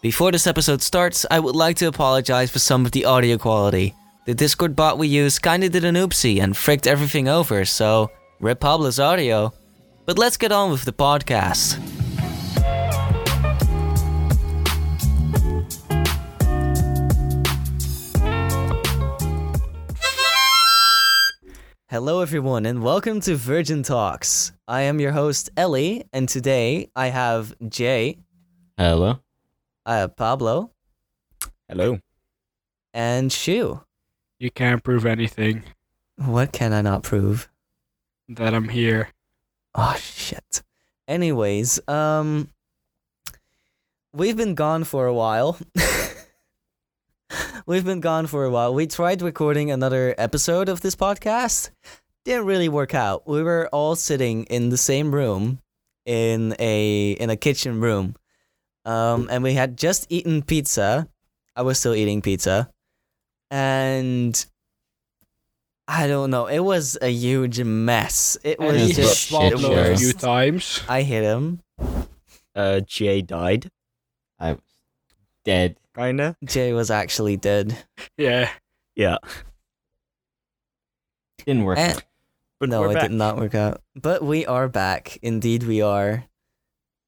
Before this episode starts, I would like to apologize for some of the audio quality. The Discord bot we use kinda did an oopsie and fricked everything over, so rip Pablo's audio. But let's get on with the podcast. Hello, everyone, and welcome to Virgin Talks. I am your host, Ellie, and today I have Jay, Hello. I have Pablo, Hello. and Shu. You can't prove anything What can I not prove? that I'm here. Oh, shit. Anyways, um, we've been gone for a while. we've been gone for a while. We tried recording another episode of this podcast, didn't really work out. We were all sitting in the same room in a in a kitchen room. Um and we had just eaten pizza. I was still eating pizza. And I don't know. It was a huge mess. It And was It's he a just shit swallowed show. a few times. I hit him. uh Jay died, I was dead. kinda. Jay was actually dead. Yeah. Yeah. Didn't work. And- But Eh, no, we're it back. did not work out. But we are back. Indeed, we are.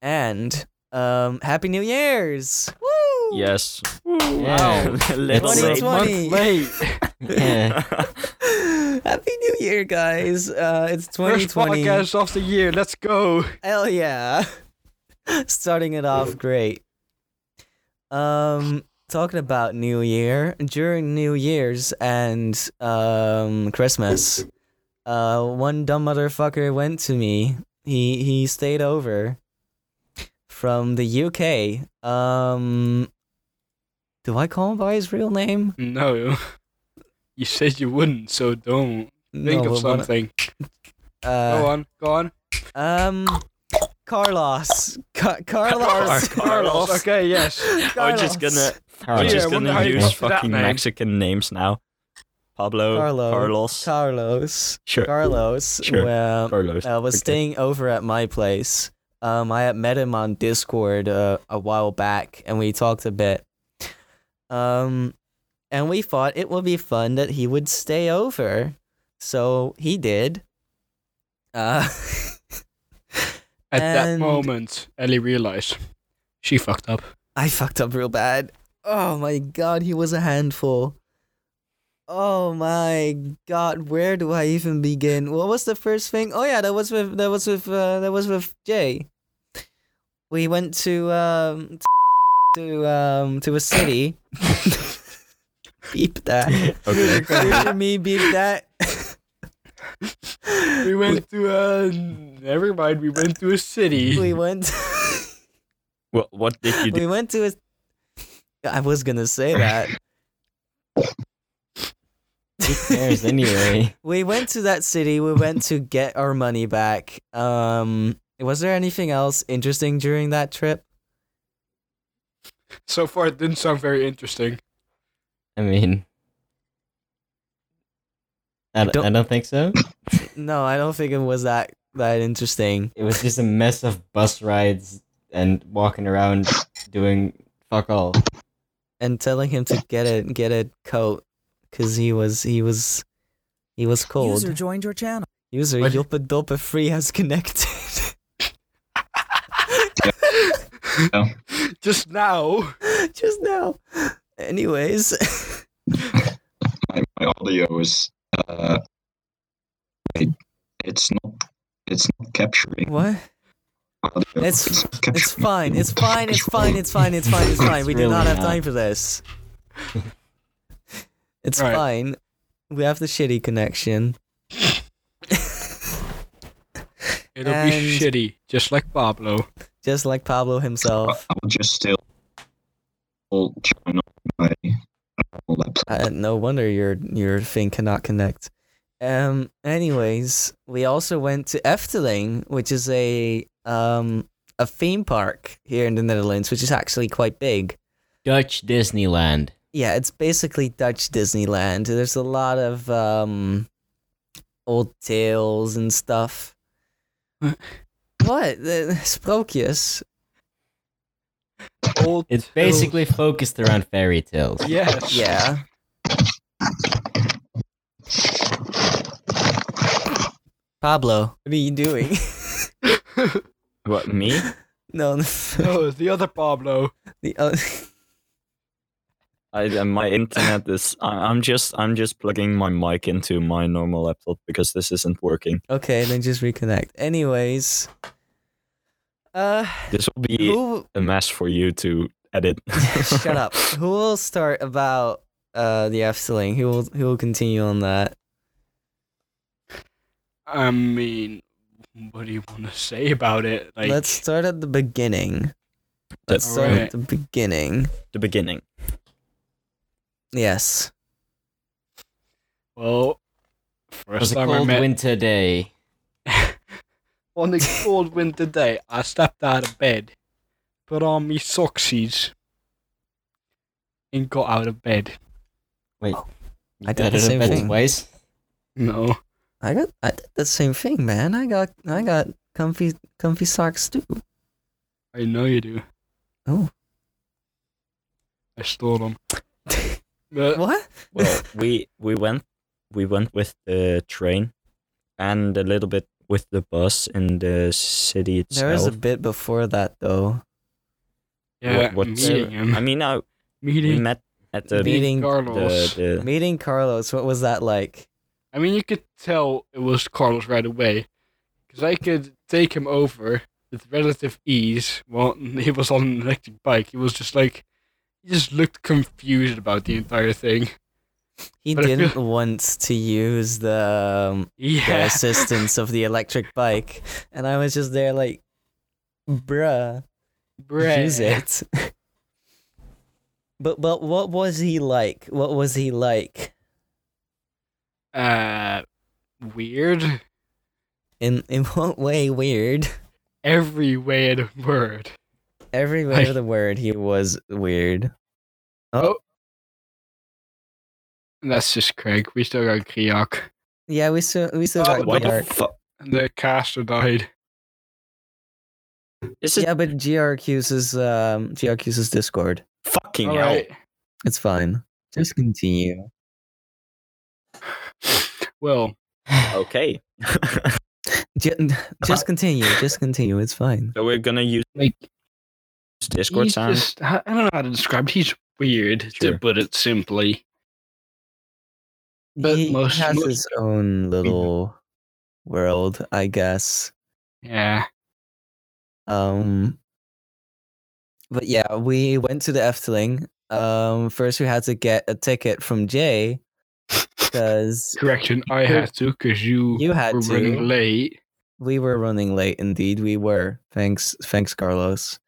And um, Happy New Year's! Woo! Yes. Yeah. A little It's- late. It's- Month late. Yeah. Happy New Year, guys! Uh, it's First 2020. podcast of the year. Let's go. Hell yeah! Starting it off great. Um, talking about New Year during New Year's and um Christmas, uh, one dumb motherfucker went to me. He he stayed over from the UK. Um, do I call him by his real name? No. You said you wouldn't, so don't. Think No, but of one- something. Oh, go Uh, on. Go on. um, Carlos. Car- Carlos. Carlos. Okay, yes. I'm just gonna I'm All right. Yeah, just I wonder gonna how you use got to that fucking name. Mexican names now. Pablo, Carlo. Carlos. Carlos. sure. Carlos Sure. well, Carlos. uh, was Okay. staying over at my place. Um, I had met him on Discord uh, a while back, and we talked a bit. Um, and we thought it would be fun that he would stay over, so he did. Uh, At that And- moment, Ellie realized she fucked up. I fucked up real bad. Oh my god, he was a handful. Oh my god, where do I even begin? What was the first thing? Oh yeah, that was with that was with uh, that was with Jay. We went to um to um to a city. beep that. Okay. Future me beep that. We went to uh never mind, we went to a city. we went What what did you do? we went to a I was gonna say that. Who cares anyway? we went to that city. We went to get our money back. Um, was there anything else interesting during that trip? So far it didn't sound very interesting. I mean, I, don't, Don't- I don't think so. No, I don't think it was that that interesting. It was just a mess of bus rides and walking around doing fuck all. And telling him to get a get a coat because he was he was he was cold. User joined your channel. User What- Yulpa Dulpa Free has connected. Just now. Just now. Anyways. my, my audio is uh wait, it's not it's not capturing what? audio. not It's- It's capturing. fine. It's fine. It's fine. It's fine. It's fine. It's fine. We do Really not have not. time for this. It's Right. fine. We have the shitty connection. It'll And- be shitty, just like Pablo. Just like Pablo himself. I'll just still I'll turn off my uh, laptop. Uh, no wonder your your thing cannot connect. Um. Anyways, we also went to Efteling, which is a um a theme park here in the Netherlands, which is actually quite big. Dutch Disneyland. yeah, it's basically Dutch Disneyland. There's a lot of um old tales and stuff. What? What? The- Sprookjes. old. It's basically focused around fairy tales. Yes. Yeah. Pablo, what are you doing? What me? no, no, No, it's the other Pablo. the o- I, uh, my internet is. I, I'm just. I'm just plugging my mic into my normal laptop because this isn't working. okay, then just reconnect. Anyways, uh, This will be who? a mess for you to edit. shut up. Who will start about uh the F-sling? Who will who will continue on that? I mean, what do you want to say about it? Like, Let's start at the beginning. Let's That's start Alright. at the beginning. the beginning. Yes. well, It was first a time I cold met winter day. on a cold winter day, I stepped out of bed, put on me socksies, and got out of bed. Wait, I did got the out of same bed thing. twice. No, I got I did the same thing, man. I got I got comfy comfy socks too. I know you do. Oh. I stole them. But What? Well, we we went we went with the train, and a little bit with the bus in the city itself. There was a bit before that though. what- yeah, what's- meeting him, I mean, I, we meeting met at the Meeting Carlos. the, the Meeting Carlos, what was that like? I mean, you could tell it was Carlos right away, because I could take him over with relative ease. Well, he was on an electric bike. He was just like, he just looked confused about the entire thing. He But I feel- didn't want to use the, um, the Yeah, assistance of the electric bike, and I was just there like, bruh, use bruh. it. but but what was he like? What was he like Uh, weird. in in what way? Weird. Every way in a word. Every way of the word, he was weird. And that's just Craig. We still got Kriok. Yeah, we still we still Oh, got what the GR. fuck And the caster died. is it Yeah, but GRQ's um GRQ's Discord. fucking All hell? right. It's fine. Just continue. Well, Okay, Ju- Uh-huh. Just continue. Just continue. It's fine. so we're gonna use like Discord he's sound. just- I I don't know how to describe. It. He's weird, to Sure. put it simply. But he most- has most- Mm-hmm. his own little world, I guess. Yeah. Um. But yeah, we went to the Efteling. Um, first we had to get a ticket from Jay because Correction. I Who- had to because you, you had were running to. late. We were running late, indeed. We were. Thanks, thanks, Carlos.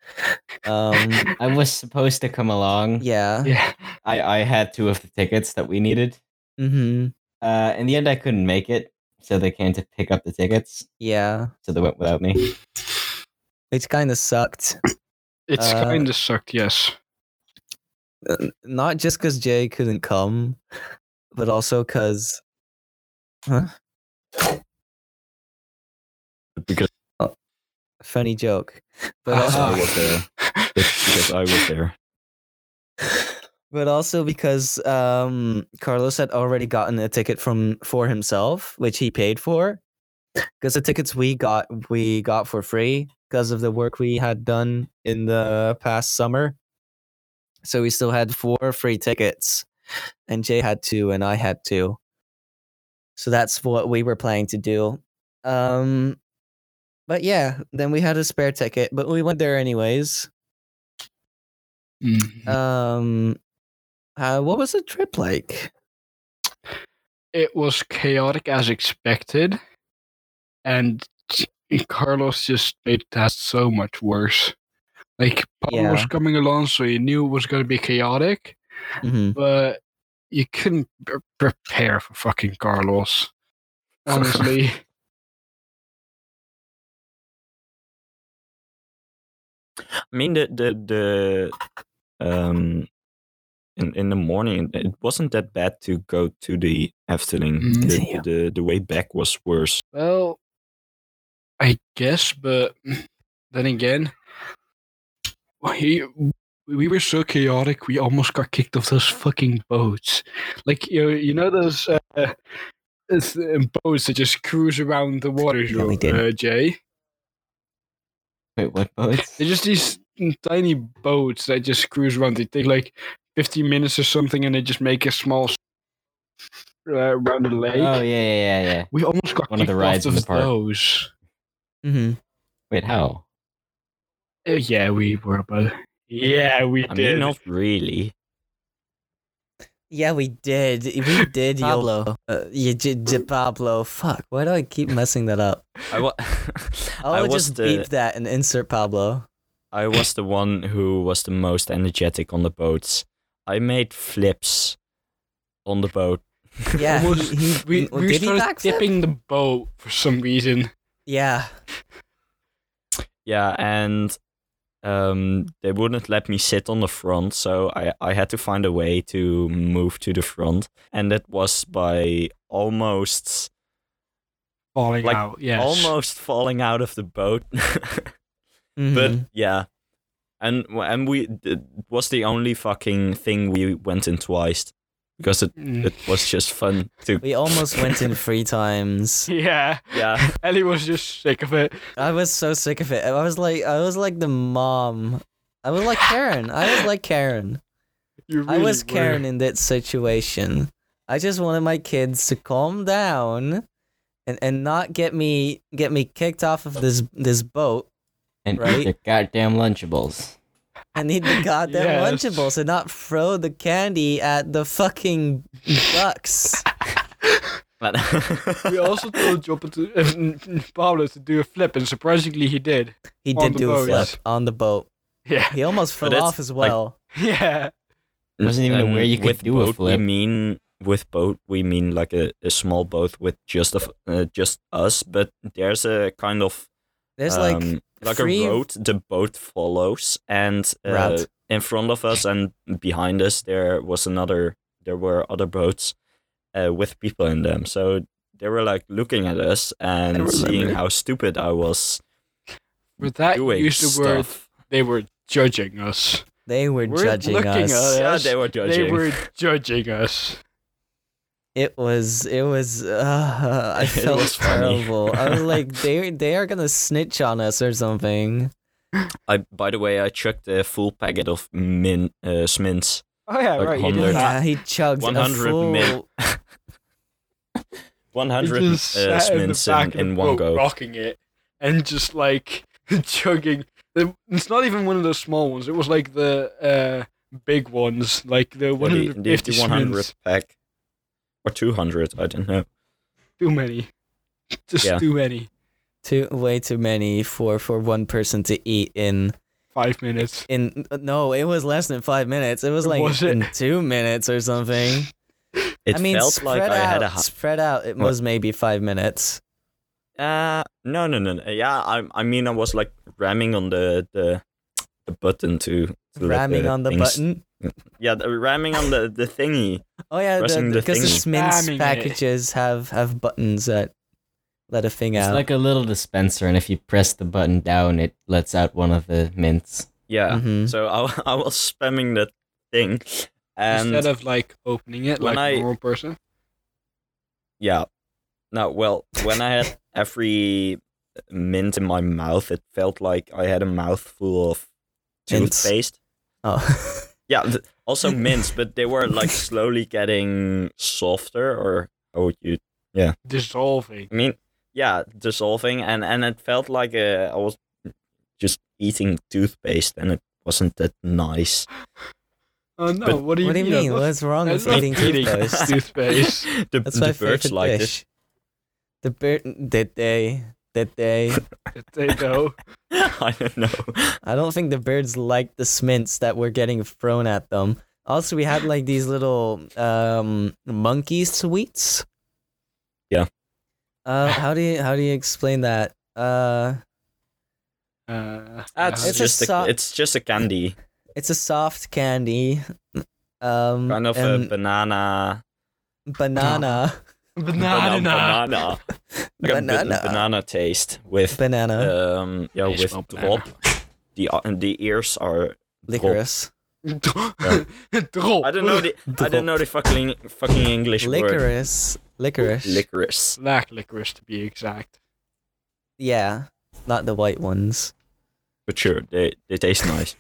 Um, I was supposed to come along. yeah. yeah. I, I had two of the tickets that we needed. Mm-hmm. Uh, in the end, I couldn't make it, so they came to pick up the tickets, Yeah. so they went without me. It kind of sucked. It's Uh, kind of sucked. Yes. N- Not just because Jay couldn't come, but also because because Oh, funny joke. But Ah. also, I was there. Because I was there. but also because um, Carlos had already gotten a ticket from for himself, which he paid for. Because the tickets we got, we got for free because of the work we had done in the past summer. So we still had four free tickets, and Jay had two, and I had two. So that's what we were planning to do. Um, but yeah, then we had a spare ticket, but we went there anyways. Mhm. Um, uh, what was the trip like? it was chaotic as expected, and Carlos just made that so much worse. Like Pablo Yeah. was coming along, so you knew it was going to be chaotic, Mm-hmm. but you couldn't p- prepare for fucking Carlos. Honestly, I mean the the the um in, in the morning it wasn't that bad to go to the Efteling. Mm. The, the the way back was worse. well, I guess, but then again, he we- we were so chaotic. We almost got kicked off those fucking boats. Like you, you know those uh, it's, uh, boats that just cruise around the water. No, we Joe- didn't. Uh, Jay, Wait, what boats? they're just these tiny boats that just cruise around. They take like fifteen minutes or something, and they just make a small s- uh, around the lake. Oh yeah, yeah, yeah, yeah. We almost got One of the kicked rides in off the of park. those. Mm-hmm. Wait, how? Uh, yeah, we were, but yeah, we I did. mean, not really. Yeah, we did. We did Pablo. Uh, yeah, j- j- Pablo. Fuck. Why do I keep messing that up? I, wa- I uh, I would was just the beep that and insert Pablo. I was the one who was the most energetic on the boats. I made flips on the boat. Yeah, he, Almost- he, we, well, we did he started backflip? dipping the boat for some reason. Yeah, Yeah, and um, they wouldn't let me sit on the front, so I, I had to find a way to move to the front, and that was by almost Falling Like, out, yes. almost falling out of the boat. but Mhm. yeah, and and we it was the only fucking thing we went in twice because it, Mm. it was just fun to we almost went in three times. Yeah. yeah. Ellie was just sick of it. I was so sick of it. I was like, I was like the mom. I was like Karen. I was like Karen. You I really was were. Karen in that situation. I just wanted my kids to calm down, and, and not get me get me kicked off of this this boat And Right. eat their goddamn Lunchables. I need the goddamn Yes. Lunchables and not throw the candy at the fucking ducks. But We also told Joppa to, uh, Pablo to do a flip, and surprisingly, he did. He On did the do a boat, flip yes. on the boat. Yeah. He almost But fell it's off as like- well. Yeah. Wasn't even And aware you could with do a boat, flip. We mean with boat, we mean like a, a small boat with just a f uh, just us. But there's a kind of There's like um, like three- a road the boat follows, and uh, Route. in front of us and behind us there was another. There were other boats uh, with people in them, so they were like looking at us and remember. seeing how stupid I was With that, you doing used the word stuff. they were judging us. they were We're judging us. looking at Yeah, Yes, they were judging. They were judging us. It was it was uh, I It felt was funny. terrible. I was like they they are gonna snitch on us or something. I by the way, I chucked a full packet of min uh, smints. Oh, yeah, Like right. You Oh, did They're- 100. yeah, that. he chugged a 100 full. mil. 100 uh, just sat in, the smins back in, of the in one boat, go. rocking it, and just like chugging. It's not even one of those small ones. It was like the uh, big ones, like the Yeah, the- 150 the 100 smins. pack or 200, I don't know. Too many, just Yeah. too many. Too way too many for for one person to eat in Five minutes. in no it was less than five minutes it was like Was it? in two minutes or something It i mean felt spread like out I had a hi- spread out it What? was maybe five minutes uh no no no. no. Yeah, I I mean I was like ramming on the the, the button to, to let ramming on the things- button Yeah, the, ramming on the the thingy. oh yeah because Pressing the, the because the thingy. smints Spamming it. packages have have buttons that let a thing It's out like a little dispenser, and if you press the button down, it lets out one of the mints. Yeah. Mhm. So I I was spamming that thing and Instead of like opening it when like I- a normal person. Yeah. No, well, when I had every mint in my mouth, it felt like I had a mouthful of Mints. toothpaste. oh Yeah, th- also mints, but they were like slowly getting softer, or how would you? Dissolving. I mean, yeah, dissolving, and and it felt like uh, I was just eating toothpaste, and it wasn't that nice. Oh no! But- what do you what do you mean That's- what's wrong that's with not eating toothpaste toothpaste. the that's my the birds favorite like dish the bird did they did they That they know. this. I don't know. I don't think the birds liked the smints that were getting thrown at them. Also, we had like these little um, monkey sweets. Yeah. Uh, how do you how do you explain that? Uh, Uh, That's It's a just a, so- it's just a candy. it's a soft candy, um, kind of a and banana banana, banana. Bana- banana like a ba- Banana. banana taste with banana, um yeah Nice with one, drop the uh, the ears are licorice. Drol. I don't know the I don't know the fucking fucking English word. Licorice. Licorice. Licorice. Black licorice, to be exact. yeah. Not the white ones. But sure, they they taste nice.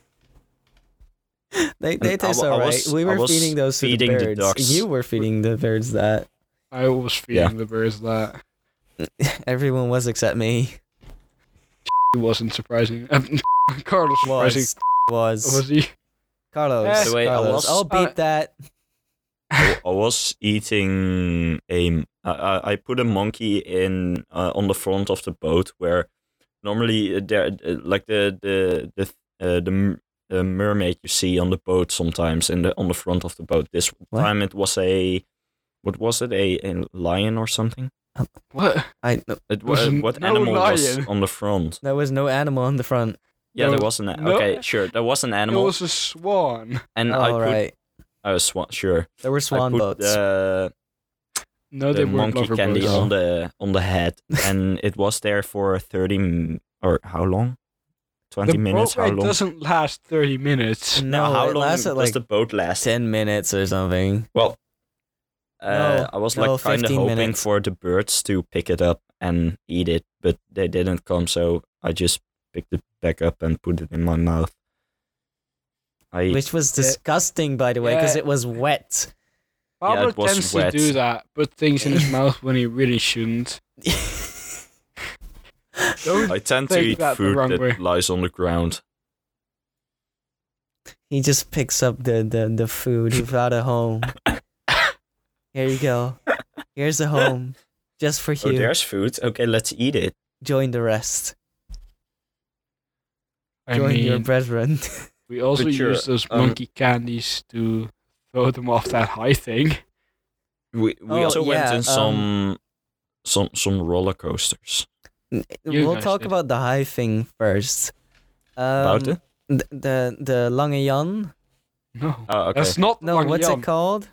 They, they And I taste wa- I alright. was- We I were was feeding those to feeding the the birds. ducks. You were feeding the birds that. I was feeding Yeah. the birds that. Everyone was except me. It wasn't surprising. Um, Carlos surprising. Was. Was. Was he? Carlos. By the way, I Carlos. was- I'll beat uh, that. I, I was eating a. I- I, I put a monkey in uh, on the front of the boat where normally uh, there uh, like the the the uh, the m- uh, mermaid you see on the boat sometimes in the on the front of the boat. This What? time it was a what was it a, a lion or something? What? I no, It was was n- what no animal was lion. on the front? there was no animal on the front. Yeah, No- there was an no- okay sure there was an animal It was Oh, a swan. and Mm, I All put right. I was swan sure There were swan I put boats. uh, No, Oh, the they weren't monkey lover candy boats. on the on the head, and it was there for thirty m- or how long? Twenty The minutes? boat How ride long? doesn't last 30 minutes. no, how it long lasted does like the boat last? ten minutes or something. Uh, I was like no, kind of 15 hoping minutes. for the birds to pick it up and eat it, but they didn't come, so I just picked it back up and put it in my mouth. I Which was disgusting, by the way, because Yeah. it was wet. Yeah, it Pablo was tends wet. to do that, put things in his mouth when he really shouldn't. Don't I tend to take eat that the food wrong that way. lies on the ground. he just picks up the, the, the food without a home. Here you go. Here's a home. Just for Oh, you. there's food. Okay, let's eat it. Join the rest. I Join mean, your brethren. we also But sure, use those um, monkey candies to throw them off that high thing. We we Oh, also went yeah, in um, some some some roller coasters. You we'll guys talk did. about the high thing first. Um, About it? The the, the Lange Jan. No, Oh, okay. that's not No, Lang what's Yam, it called?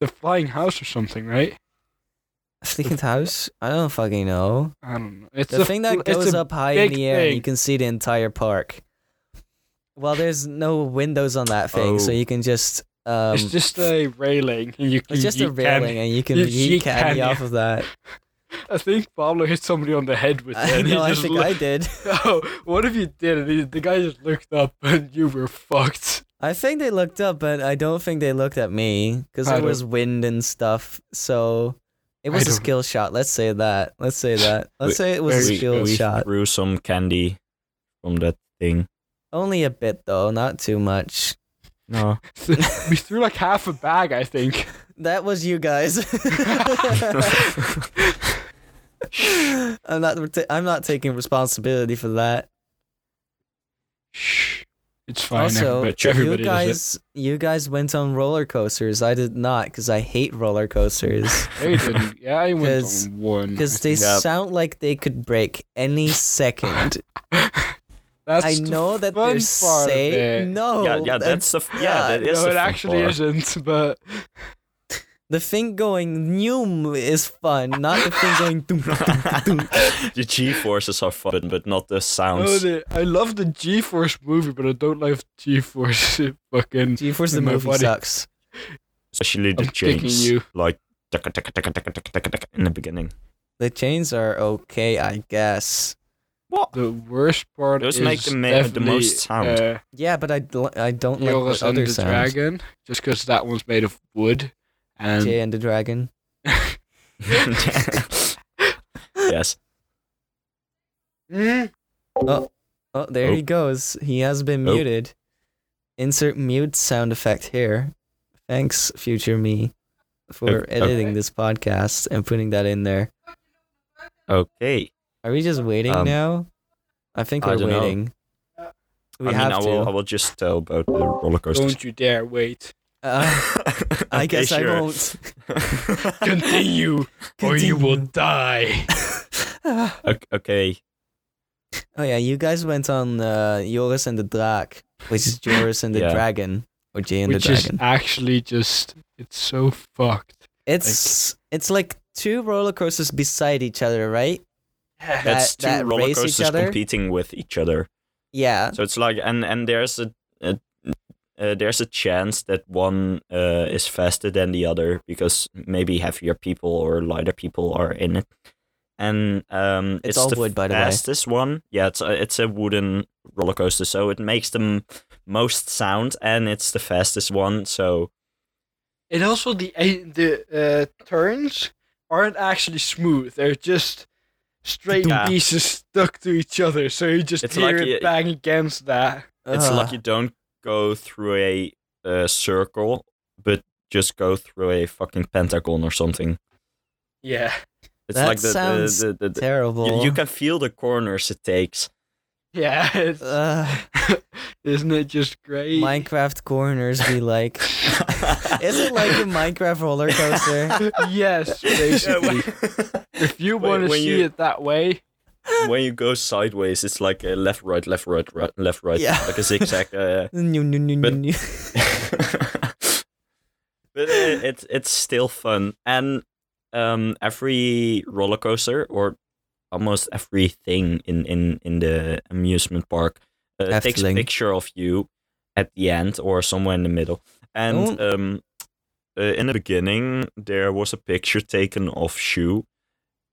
The flying house or something, right? Flickend House? I don't fucking know. I don't know. It's The a thing fl- that it's goes a- up high in big the air and you thing. can see the entire park. Well, there's no windows on that thing, so Oh. you can just um, it's just a railing, and you can. it's just you a railing and you can you- yeet you candy can, off of that. Can, I think Pablo hit somebody on the head with it. I and he know, I just think loo- I did. Oh, what if you did? And he, the guy just looked up, and you were fucked. I think they looked up, but I don't think they looked at me because I there don't- was wind and stuff. So it I was a don't- skill shot. Let's say that. Let's say that. Let's say it was a very skill good. shot. threw some candy from that thing. Only a bit though, not too much. No. we threw like half a bag, I think. That was you guys. I'm not. reta- I'm not taking responsibility for that. Shh. It's fine. also, everybody, everybody you guys, does you guys went on roller coasters. I did not because I hate roller coasters it. They didn't. Yeah, I went 'Cause- on one. because I they Yeah. sound like they could break any second. think. That's I the know that they're fun part of safe. it. No, yeah, yeah, that's that's the f- yeah, that is no, the it fun actually part. isn't. But The thing going noom is fun, not the thing going doom, doom, doom, doom. the G forces are fun, but not the no, sounds. the, I love the G-force movie, but I don't like G-force. Fucking, GeForce the My movie body- sucks. especially the I'm kicking chains, you. like taka, taka, taka, taka, taka, taka, taka, in the beginning. The chains are okay, I guess. What? the worst part. Those is make the ma- the definitely, most sound. Uh, Yeah, but I, d- I don't like Yoros the and other the sounds. Dragon, just because that one's made of wood, and Jay and the Dragon. yes. Mm, Oh, there Oh. he goes. He has been Oh. muted. Insert mute sound effect here. Thanks, future me, for Okay. editing this podcast and putting that in there. Okay. Are we just waiting Um, now? I think I we're don't know. waiting. We I mean, have I to. will. I will just tell about the roller coasters. don't you dare wait. Uh, I Okay, guess sure. I won't. Continue, or you will Continue. die. oh Ok- okay. yeah, you guys went on uh, Joris and the Drac, which is Joris and the Yeah. Dragon, or Jay and which the Dragon. is actually just it's so fucked. it's it's like two roller coasters beside each other, right? That's two that roller race each coasters other? competing with each other. Yeah, So it's like, and and there's a, a uh, there's a chance that one uh, is faster than the other because maybe heavier people or lighter people are in it. And um, It's it's, all the wood, by the way. fastest one. Yeah, it's a, it's a wooden roller coaster, so it makes the m- most sound, and it's the fastest one. So And also the a- the uh, turns aren't actually smooth. They're just straight Yeah. pieces stuck to each other. So you just It's hear like it you- bang against that. it's Ugh. like you don't go through a, uh circle, but just go through a fucking pentagon or something. Yeah. It's That like the, sounds the, the, the, the- terrible. you, you can feel the corners it takes. Yeah. It's, Uh. Ugh, isn't it just great? Minecraft corners be like. Is it like a Minecraft roller coaster? yes, basically. if you When- want to when see you- it that way, when you go sideways, it's like a left, right, left, right, right left, right, Yeah. like a zigzag. Uh, No, no, no, no, But- no. but it, it's it's still fun, and um, every roller coaster or almost everything in in in the amusement park uh, takes a Efteling. picture of you at the end or somewhere in the middle, and um, uh, in the beginning there was a picture taken of Shu,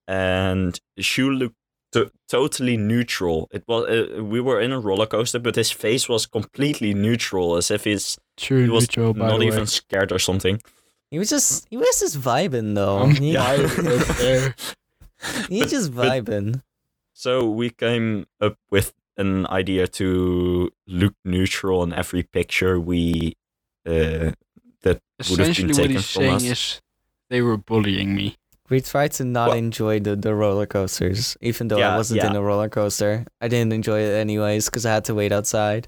and Shu looked t- totally neutral. It was uh, we were in a roller coaster, but his face was completely neutral, as if he's true he was not even scared or something. He was just he was just vibing though. I'm he, yeah. vibing up there. He's just but- vibing. So we came up with an idea to look neutral on every picture we uh, Would have been Essentially, what taken he's from saying us. is they were bullying me. We tried to not Well- enjoy the, the roller coasters, even though I Yeah, wasn't yeah. in a roller coaster. I didn't enjoy it anyways because I had to wait outside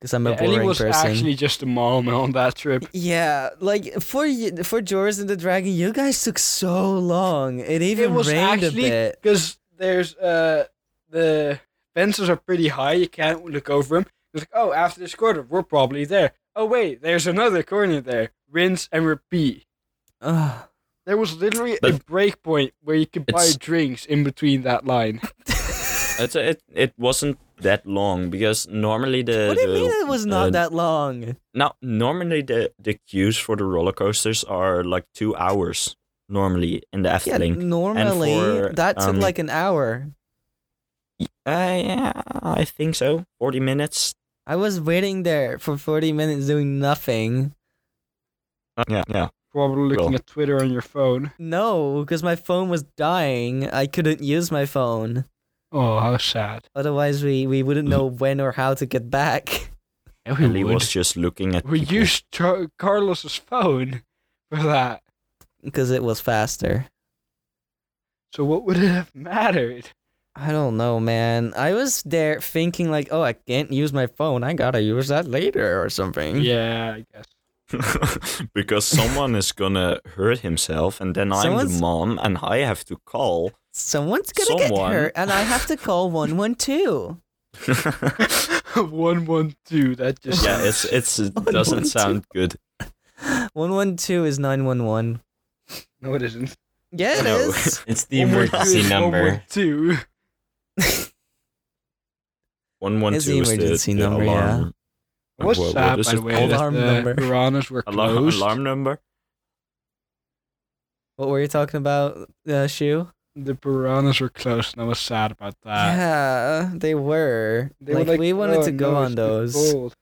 because I'm a Yeah, and boring he was person. actually just a mom on that trip. Yeah, like for y- for Joris and the Dragon, you guys took so long. It even was rained actually- a bit. because there's uh the fences are pretty high. You can't look over them. It's like, oh, after this corner, we're probably there. Oh wait, there's another corner there. Rinse and repeat. Ugh. There was literally a But- break point where you could buy It's- drinks in between that line. it it, it wasn't that long because normally the what do you the- mean it was not uh, that long? now normally the the queues for the roller coasters are like two hours normally in the Yeah, Efteling. normally for, that took um, like an hour. Uh, yeah, I think so. Forty minutes, I was waiting there for 40 minutes doing nothing. Yeah, yeah. Probably looking Well. at Twitter on your phone. No, because my phone was dying. I couldn't use my phone. Oh, how sad. Otherwise, we, we wouldn't know when or how to get back. Ellie was just looking at. We people. used Char- Carlos's phone for that. Because it was faster. So what would it have mattered? I don't know, man. I was there thinking, like, oh, I can't use my phone. I gotta use that later or Hmm? something. Yeah, I guess. because someone is gonna hurt himself, and then I'm Someone's- the mom, and I have to call. Someone's gonna Someone. get hurt, and I have to call 112. one one two. That just yeah, it's it's it Someone doesn't wants to- sound good. 112 is 911. no, it isn't. Yeah, it No. is. It's the One more two emergency is one more number. two. One one two It's is the the emergency the number, yeah. alarm. What's What- what that, is by the it way? called? that Alarm the number. Piranhas were Alarm, closed. alarm number. What were you talking about, uh, Shu? The piranhas were closed, and I was sad about that. yeah, they were. They were like, we wanted Uh, "Oh, to go no, it's on too those. cold."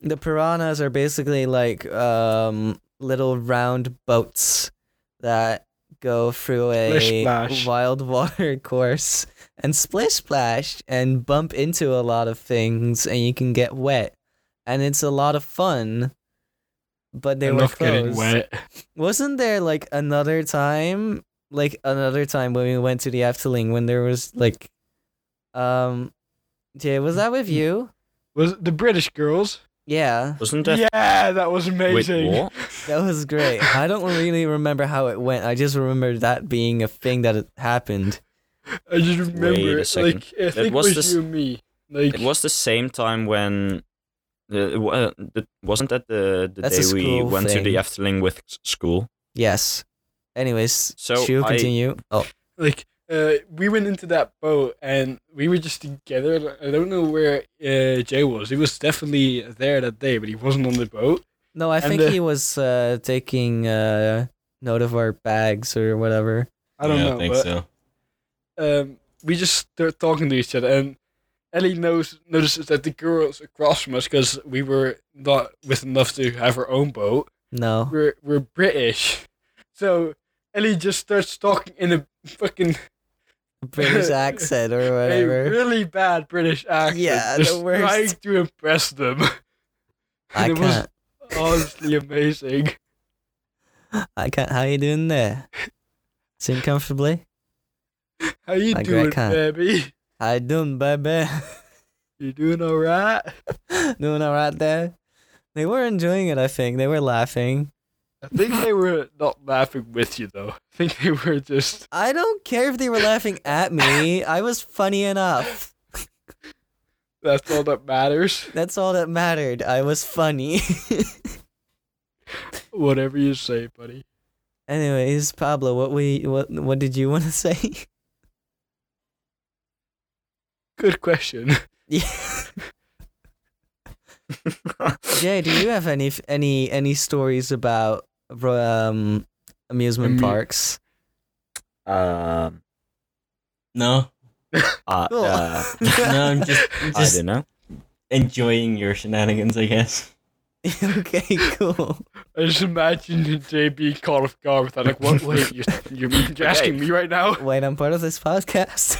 The piranhas are basically like um little round boats that go through Splish a splash. wild water course and splish splash and bump into a lot of things and you can get wet and it's a lot of fun. But they I were love getting closed. wet. Wasn't there like another time, like another time when we went to the Efteling when there was like, um, Jay, was that Mm. with you? Was it the British girls? Yeah. Wasn't that? yeah, that was Wait, amazing. what? That was great. I don't really remember how it went. I just remember that being a thing that it happened. I just remember, Wait a it, second. like I think it was was, this- you and me. Like It was the same time when. Uh, wa- uh, the, wasn't that the, the That's a day we school went to the thing. Efteling with s- school? Yes. Anyways, So Shu, I- continue. Oh, like uh, we went into that boat and we were just together. and I don't know where uh, Jay was. He was definitely there that day, but he wasn't on the boat. No, I And think the- he was uh, taking uh, note of our bags or whatever. I don't yeah, know. I think but, so. um, we just start talking to each other, and Ellie knows notices that the girls across from us, because we were not with enough to have our own boat. No. We're we're British, so Ellie just starts talking in a fucking British accent or a whatever. really bad British accent, Yeah, the just worst. trying to impress them. I it was can't. honestly amazing. I can't. How you doing there? Sitting comfortably? How you Like, I doing, can't. baby? How you doing, baby? You doing all right? doing all right there? They were enjoying it, I think. They were laughing. I think they were not laughing with you though. I think they were just I don't care if they were laughing at me. I was funny enough. that's all that matters. That's all that mattered. I was funny. Whatever you say, buddy. Anyways, Pablo, what we what what did you want to say? Good question. Yeah. Jay, do you have any any any stories about um amusement Amu- parks? Um, No, uh, Cool. uh, no, I'm just, I'm I just don't know. enjoying your shenanigans, I guess. okay, cool. I just imagine JB caught off guard with that. Like, what? Wait, you're, you're, you're asking me right now? Wait, I'm part of this podcast.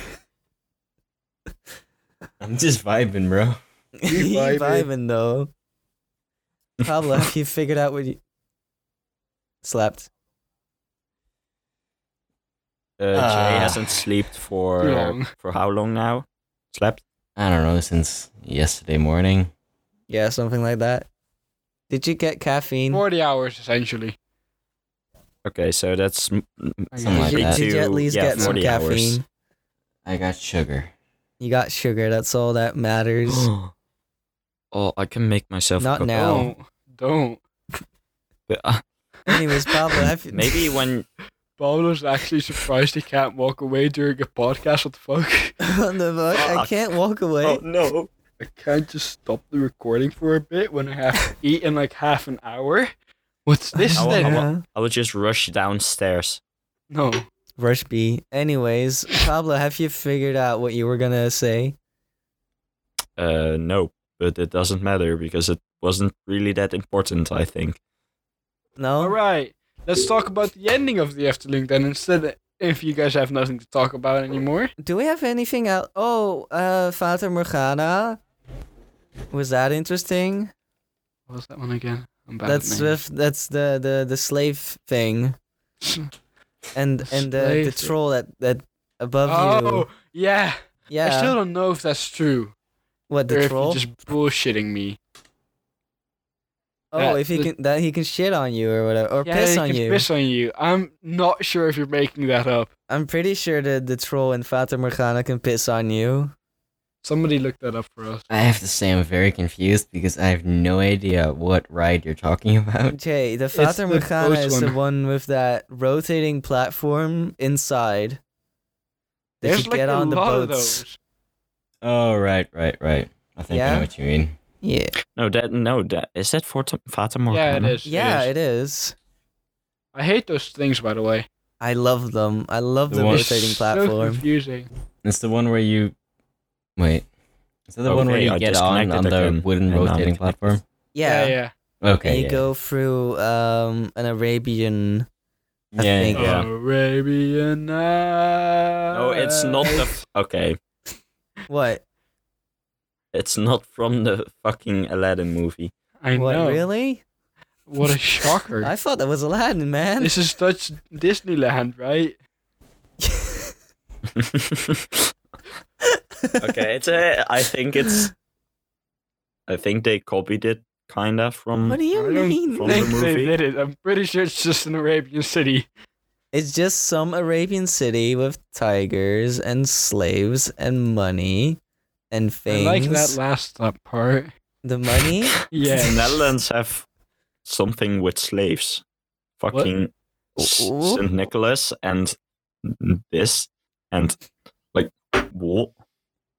I'm just vibing, bro. you vibing. vibing though. Pablo, have you figured out what you slept? Uh, Jay Ah. hasn't slept for Too long. for how long now? Slept? I don't know since yesterday morning. Yeah, something like that. Did you get caffeine? Forty hours essentially. Okay, so that's m- m- Something like did, that. did you at Two- least yeah, get some 40 hours. caffeine? I got sugar. You got sugar. That's all that matters. oh, I can make myself. a Not cup- now. Ow. Don't, don't. But, uh, Anyways, Pablo, have you- maybe when Pablo's actually surprised he can't walk away during a podcast. What the fuck? on the boat, I Fuck. can't walk away. no. I can't just stop the recording for a bit when I have to eat in like half an hour. What's this I will- I then? will- I would just rush downstairs. No. Rush B. Anyways, Pablo, have you figured out what you were gonna say? Uh, no, but it doesn't matter because it wasn't really that important. I think. No. All right, let's talk about the ending of the Afterlink then instead. If you guys have nothing to talk about anymore, Do we have anything else? Oh, uh, Fata Morgana. Was that interesting? what was that one again? I'm bad at that's names. with, that's the, the the slave thing, and The and the, the slave thing. troll that that above Oh you. yeah. I Yeah. still don't know if that's true what or the if troll? you're just bullshitting me. oh, that- if he the- can that he can shit on you or whatever or yeah, piss he on can you. Piss on you. I'm not sure if you're making that up. I'm pretty sure the the troll in Fata Morgana can piss on you. Somebody look that up for us. I have to say, I'm very confused because I have no idea what ride you're talking about. Okay, the the Fata Morgana first is the one. one with that rotating platform inside. That There's you like get a on the lot of boats. those. Oh, right, right, right. I think I Yeah? know what you mean. Yeah. No, that no, that is that Fata, Fata Yeah, it Morgana? is. Yeah, it it is. is. I hate those things, by the way. I love them. I love The the, one- rotating So platform. confusing. It's the one where you. Wait. Is that the one where Okay, you I get on on disconnected the again, wooden and I'm rotating connected. platform? yeah. yeah. yeah. And Okay. you yeah. go through um an Arabian I yeah, think. Yeah. Oh, Arabian Nights. No, it's not Uh, the. F- okay, what? it's not from the fucking Aladdin movie. I what know. really? What a shocker. I thought that was Aladdin, man. this is Dutch Disneyland, right? okay, it's a. I think it's. I think they copied it kinda What from. do you I don't mean? from the think they movie. did it. I'm pretty sure it's just an Arabian city. It's just some Arabian city with tigers and slaves and money and things. I like that last uh, part. the money? The Yeah. Netherlands have something with slaves. Fucking S- Ooh. Saint Nicholas and this and like what?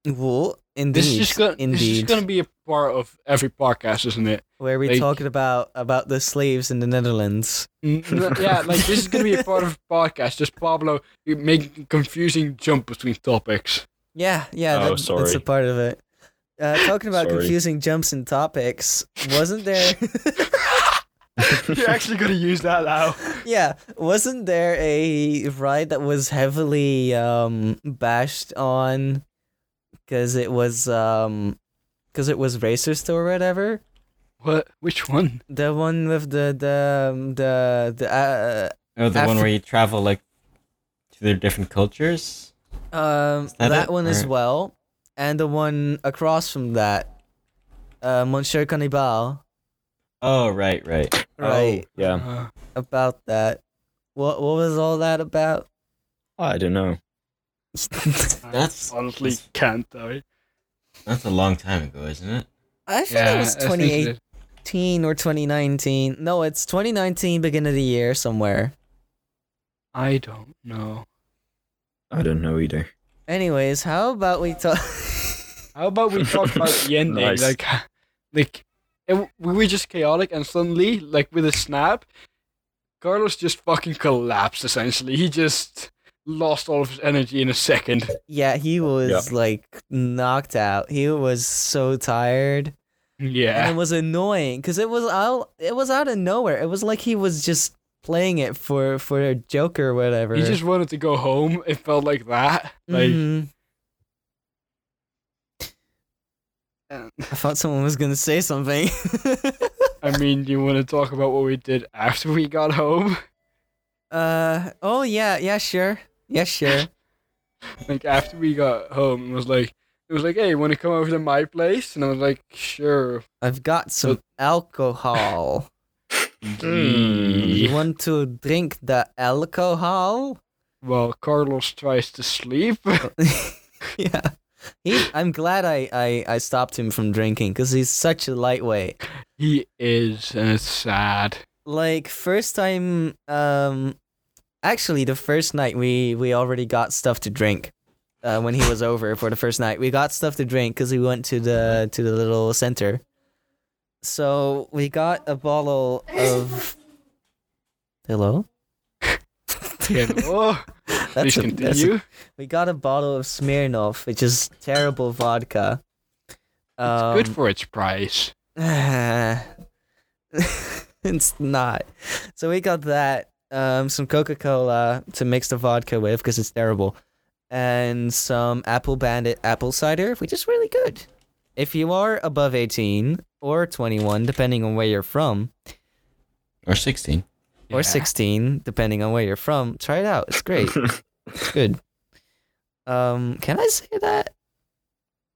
Well, indeed, This is just gonna indeed. this is just gonna be a part of every podcast, isn't it? Where we like- talking about about the slaves in the Netherlands? N- n- yeah, like this is gonna be a part of a podcast. Just Pablo making confusing jump between topics. Yeah, yeah, Oh, that- that's a sorry. part of it. Uh, talking about Sorry. confusing jumps and topics, wasn't there? You're actually gonna use that now. yeah, wasn't there a ride that was heavily um bashed on because it was um because it was racist or whatever? What? Which one? The one with the the um, the the uh, Oh, the one Afri- where you travel like to their different cultures. um that that, it? one as Or- well, and the one across from that, uh, Monsieur Cannibal, Oh, right, right. right? Yeah, Uh, about that. What what was all that about? I don't know. That's- I honestly that's- can't though. That's a long time ago, isn't it? I thought it was I think it 2018 or 2019. No, it's 2019, beginning of the year somewhere. I don't know. I don't know either. Anyways, how about we talk? How about we talk about the ending? Nice. Like, like it, w- we were just chaotic, and suddenly, like with a snap, Carlos just fucking collapsed. Essentially, he just lost all of his energy in a second. yeah, he was like knocked out. He was so tired. And Yeah, it was annoying because it was out. It was out of nowhere. It was like he was just playing it for for a joke or whatever. he just wanted to go home. It felt like that. Like, Mhm. and- I thought someone was gonna say something. I mean, you want to talk about what we did after we got home? Uh oh yeah yeah sure yeah sure Like after we got home, it was like it was like, hey, want to come over to my place? And I was like, sure. I've got some alcohol. Hmm. You want to drink the alcohol? Well, Carlos tries to sleep. yeah. He, I'm glad I, I, I stopped him from drinking because he's such a lightweight. He is, and it's sad. Like first time, um, actually the first night we we already got stuff to drink. Uh, when he was over for the first night, we got stuff to drink because we went to the to the little center. So we got a bottle of. Hello. Yeah, oh, please a- a- continue. we got a bottle of Smirnoff, which is terrible vodka. Um, it's good for its price. it's not. So we got that, um, some Coca Cola to mix the vodka with because it's terrible, and some Apple Bandit apple cider, which is really good. If you are above 18 or 21, depending on where you're from, Or sixteen. or Yeah. 16, depending on where you're from, try it out. It's great. it's good. Um, can I say that?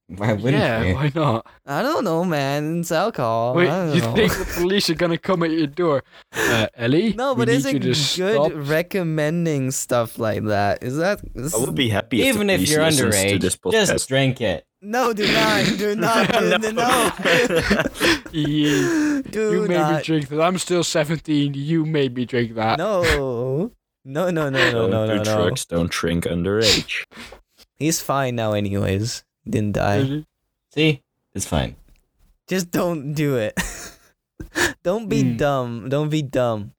Why wouldn't Yeah, you? why not? I don't know, man. It's alcohol. Wait, I don't you know. think the police are gonna come at your door, uh, Ellie? No, but we need is it you to good stop. recommending stuff like that? Is that is- I would be happy if Even the if police you're listens to underage, this just podcast. drink it. no? Do not, do not, do, no, Yeah, no. you do made me not. drink that. I'm still 17. You made me drink that. No, no, no, no, no, don't no, do no, no. drugs. Don't drink underage. He's fine now, anyways. Didn't die. Ellie. See, it's fine. Just don't do it. don't be Mm. dumb. Don't be dumb.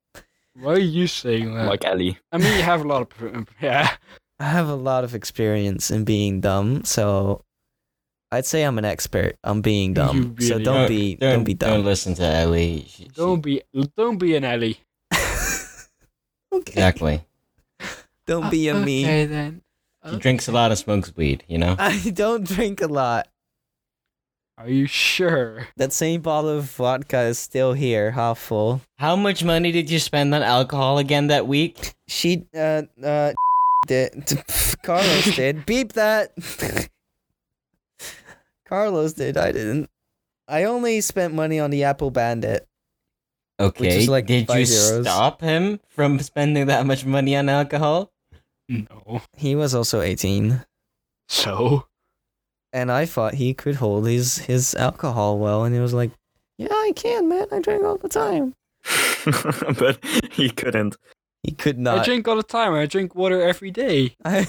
Why are you saying that? like Ellie. I mean, you have a lot of um, yeah. I have a lot of experience in being dumb, so I'd say I'm an expert on being dumb. You so really don't are. be, Don't, don't, be dumb. Don't listen to Ellie. She- she- Don't be, don't be an Ellie. okay. exactly. Don't be a me. Oh, Okay then. She drinks a lot and smokes weed. You know. I don't drink a lot. Are you sure? That same bottle of vodka is still here, half full. How much money did you spend on alcohol again that week? She, uh, uh, did. Carlos did. Beep that. Carlos did. I didn't. I only spent money on the Apple Bandit. Okay. like did you five euros. stop him from spending that much money on alcohol? Hmm. No. He was also 18, So and I thought he could hold his, his alcohol well, and he was like, Yeah, I can, man. I drink all the time. but he couldn't. He could I not. drink all the time. I drink water every day. I,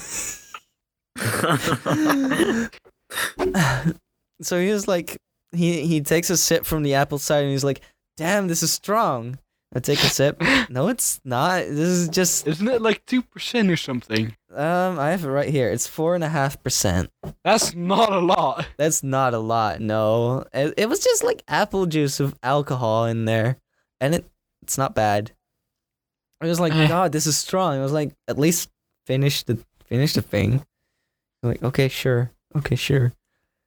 so he was like, he he takes a sip from the apple cider and he's like, "Damn, this is strong." I take a sip. No, it's not. This is just. Isn't it like two percent or something? Um, I have it right here. It's four and a half percent. That's not a lot. That's not a lot. No, it, it was just like apple juice with alcohol in there, and it it's not bad. I was like, Eh. God, this is strong. I was like, at least finish the finish the thing. I'm like, okay, sure, okay, sure.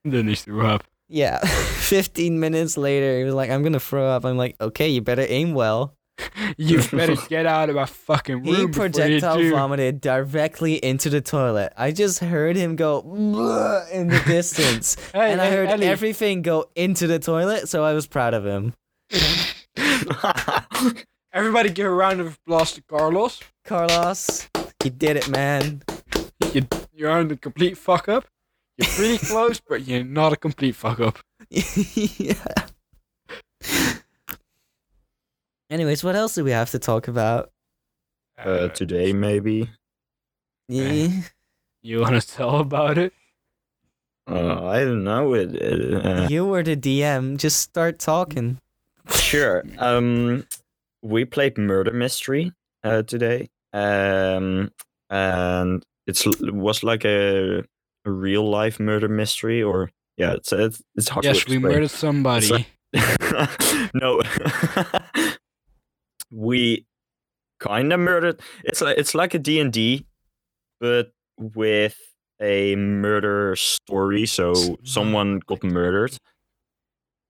Then he threw up. Yeah. 15 minutes later, he was like, I'm going to throw up. I'm like, okay, you better aim well. You better get out of my fucking room. He before you projectile do. vomited directly into the toilet. I just heard him go "Bleh" in the distance. Hey, and I hey, heard Ellie. everything go into the toilet, so I was proud of him. Uh, Everybody give a round of applause to Carlos. Carlos, you did it, man. You, you aren't a complete fuck up. You're pretty close, but you're not a complete fuck up. yeah. Anyways, what else do we have to talk about? uh, today, maybe. Yeah. you want to tell about it? Uh, I don't know. It, it, uh, You were the DM. Just start talking. Sure. Um, we played murder mystery uh, today, um, and it's l- was like a, a real life murder mystery, or yeah, it's it's, it's hard. Yes, to we explain. murdered somebody. Sorry. no, we kind of murdered. It's like it's like a D and D, but with a murder story. So mm-hmm. someone got murdered.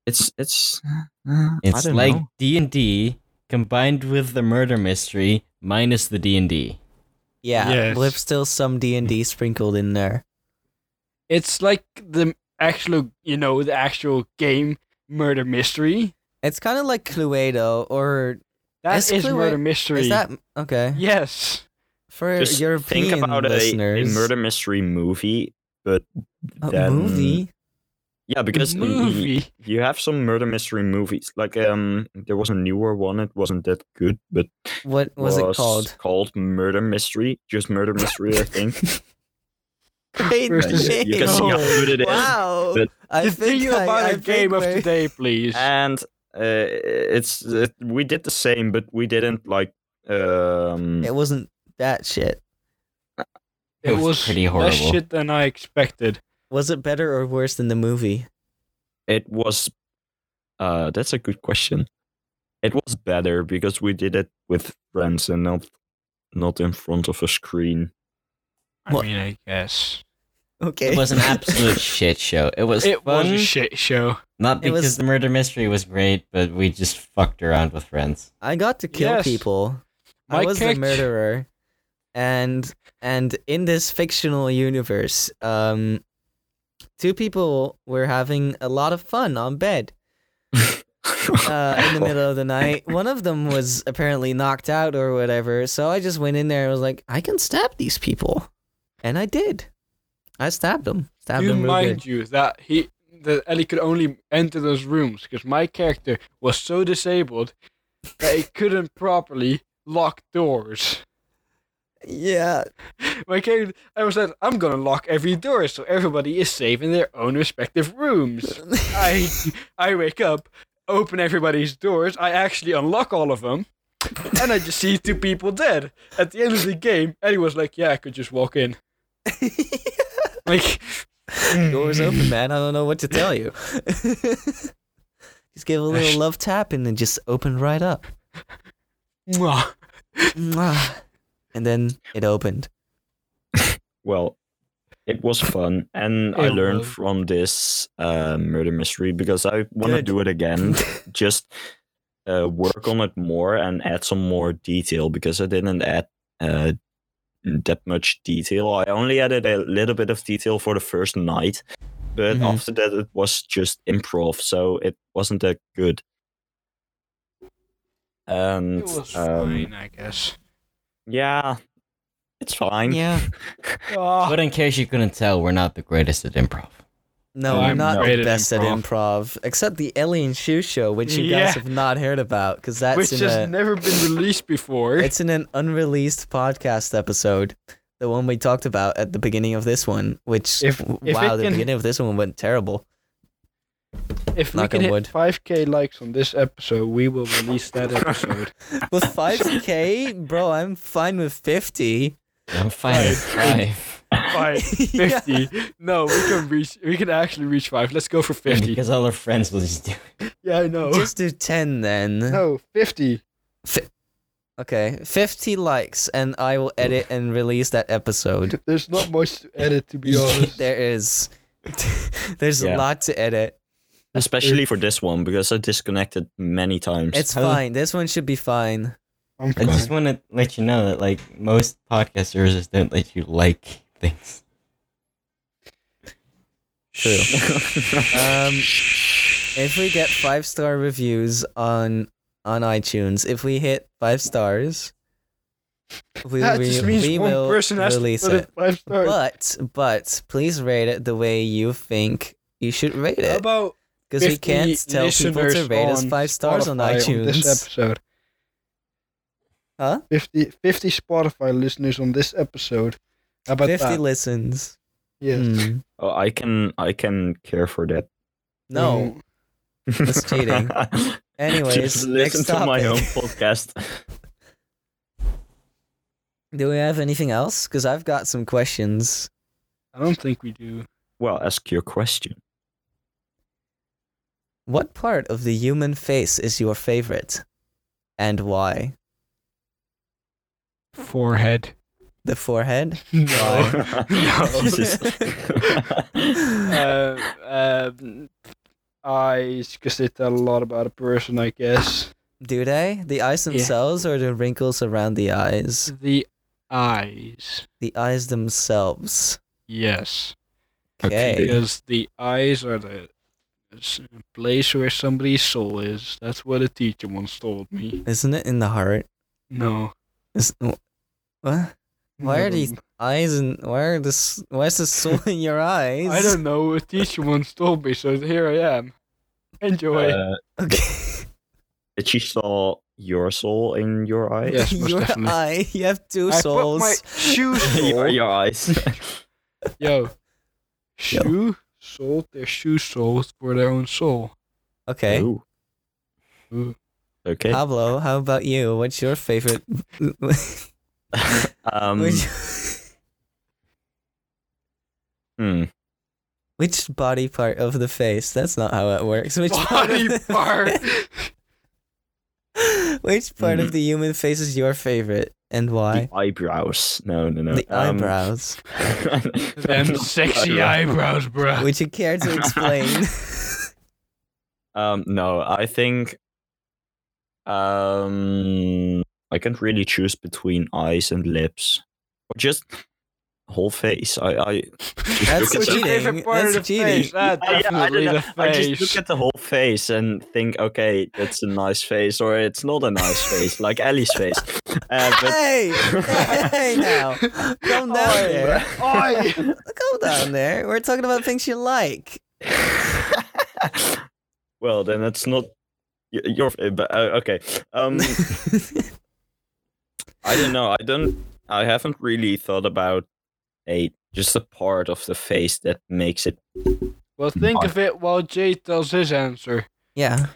It's it's. uh, I It's don't like know. D and D combined with the murder mystery minus the D and D. Yeah, Yes. with still some D and D sprinkled in there. It's like the actual, you know, the actual game murder mystery. It's kind of like Cluedo, or That Is is, Clue- murder mystery. is that okay Yes. for Just European think about a, a listeners? murder mystery movie, but A then- movie. Yeah, because y- y- movie. you have some murder mystery movies. Like um, there was a newer one. It wasn't that good, but What was, it called? Called Murder Mystery. Just Murder Mystery, I think. Great First And you, you can see how good it is. Wow! but- I The thing think I, about I a think game of we're- today, please. And uh, it's it, we did the same, but we didn't like um. It wasn't that shit. it was was pretty less horrible. shit than I expected. Was it better or worse than the movie? It was. Uh, that's a good question. It was better because we did it with friends and not not in front of a screen. I What? mean, I guess Okay. It was an absolute shit show. It was it fun, was a shit show. not It was- because the murder mystery was great, but we just fucked around with friends. I got to kill Yes. people. I My was the character- murderer, and and in this fictional universe, um, two people were having a lot of fun on bed uh, in the middle of the night. One of them was apparently knocked out or whatever, so I just went in there and was like, I can stab these people, and I did. I stabbed them. Stabbed Do them real mind good. you that he that Ellie could only enter those rooms because my character was so disabled that he couldn't properly lock doors. Yeah, My character, I was like, I'm gonna lock every door so everybody is safe in their own respective rooms. I I wake up, open everybody's doors. I actually unlock all of them, and I just see two people dead. At the end of the game, Ellie was like, "Yeah, I could just walk in." Like, doors open, man. I don't know what to tell you. just give a little love tap and then just open right up. mwah. Mwah. and then it opened. well it was fun and i It learned was. from this uh, murder mystery because i want to Good. do it again just uh, work on it more and add some more detail because i didn't add uh, that much detail i only added a little bit of detail for the first night but Mhm. Mm-hmm. after that it was just improv so it wasn't that good and It was um, fine, I guess. yeah it's fine Yeah. Ah, But in case you couldn't tell, we're not the greatest at improv. No, I'm I'm not great the at best at improv, except the Ellie and Shoe show, which you Yeah. guys have not heard about, because that's which in has a, never been released before. it's in an unreleased podcast episode. the one we talked about at the beginning of this one, which If- w- if wow, it the can- beginning of this one went terrible. If we Knock can on hit wood. 5k likes on this episode, we will release that episode. With five k, bro, I'm fine with fifty. I'm fine with five. Five, Yeah. 50. No, we can reach. We can actually reach five. Let's go for 50. Because all our friends will just do it. Yeah, I know. Just do ten then. Oh. No, 50. Okay, fifty likes, and I will edit and release that episode. There's not much to edit, to be honest. there is, there's Yeah. a lot to edit. Especially for this one because I disconnected many times. It's Hello. fine. This one should be fine. I'm I just fine. want to let you know that like most podcast services don't let you like things. Um, if we get five star reviews on on iTunes, if we hit five stars, we, That we, just means we one will person has release to put it. it five stars. But but please rate it the way you think you should rate How it, about because we 50 can't tell people to listeners rate us on five stars on Spotify this iTunes. episode. Huh? 50, 50 Spotify listeners on this episode. How about Fifty that? listens. yeah. Mm-hmm. Hmm. oh, I can I can care for that. Mm. No, That's cheating. Anyways, Just listen next to my topic. own podcast. do we have anything else? Because I've got some questions. I don't think we do. Well, ask your question. What part of the human face is your favorite, and why? Forehead. The forehead. No. Jesus. uh, um, eyes, because they tell a lot about a person, I guess. Do they? The eyes themselves or the wrinkles around the eyes? The eyes. The eyes themselves. Yes. Okay. Because the eyes are the it's a place where somebody's soul is. That's what a teacher once told me. Isn't it in the heart? No. Is, what? Why are Never these eyes and why are this? Why is the soul in your eyes? I don't know. A teacher once told me, so here I am. Enjoy. Uh, Okay. did she saw your soul in your eyes? Yes, most your definitely. eye. You have two I put souls. my shoe your, soul. your eyes. Yo, shoe sold their shoe souls for their own soul. Okay. Ooh. Ooh. Okay. Pablo, how about you? What's your favorite? um, which, hmm. which body part of the face? That's not how it works. Which part of Body the- part. Which part Mm. of the human face is your favorite and why? The eyebrows. No, no, no. The Um, eyebrows. Them sexy eyebrows, bruh. Would you care to explain? Um, no, I think. Um, I can't really choose between eyes and lips, or just whole face. I, I just That's look at the- cheating. That's cheating. Ah, I- yeah, I, definitely don't know. the I just face. look at the whole face and think, okay, that's a nice face, or it's not a nice face, like Ellie's face. Uh, but hey! Hey now! Come Oh, down Oi, there. Oi! Come down there. We're talking about things you like. well, then it's not y- your. f- But uh, okay. Um, I don't know. I don't. I haven't really thought about a just a part of the face that makes it. Well, think of it while Jay tells his answer. yeah.